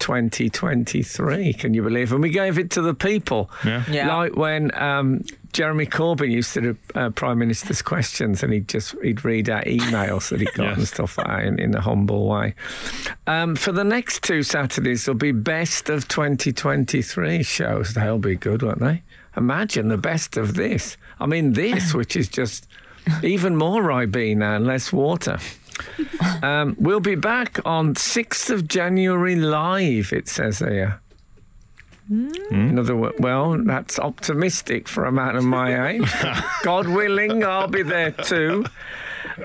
S3: 2023. Can you believe? And we gave it to the people.
S5: Yeah.
S4: Yeah.
S3: Like when um, Jeremy Corbyn used to do uh, Prime Minister's questions, and he'd just he'd read out emails that he got and stuff like that in, in a humble way. Um, for the next two Saturdays, there'll be best of 2023 shows. They'll be good, won't they? Imagine the best of this. I mean, this, which is just even more Ribena and less water. Um, we'll be back on 6th of January live, it says here. In other words, well, that's optimistic for a man of my age. God willing, I'll be there too.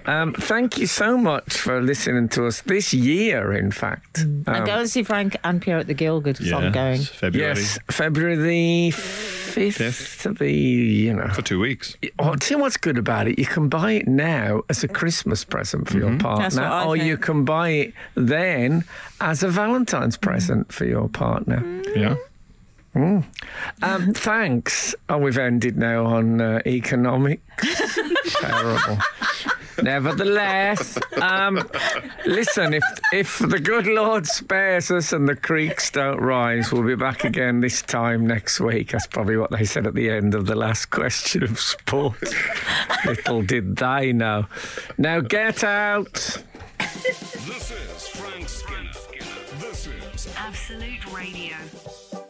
S3: Um, thank you so much for listening to us this year, in fact. Um,
S4: and go and see Frank and Pierre at the Gilgood because I'm going.
S5: it's February.
S3: yes, February the 5th to the, you know.
S5: For two weeks.
S3: Oh, I'll tell you what's good about it. You can buy it now as a Christmas present for your partner,
S4: That's what I
S3: or you
S4: think.
S3: can buy it then as a Valentine's present for your partner.
S4: Mm.
S5: Yeah.
S3: Um, thanks. Oh, we've ended now on uh, economics. Terrible. Nevertheless, um, listen, if, if the good Lord spares us and the creeks don't rise, we'll be back again this time next week. That's probably what they said at the end of the last question of sport. Little did they know. Now get out.
S1: This is Frank Skinner. This is
S6: Absolute Radio.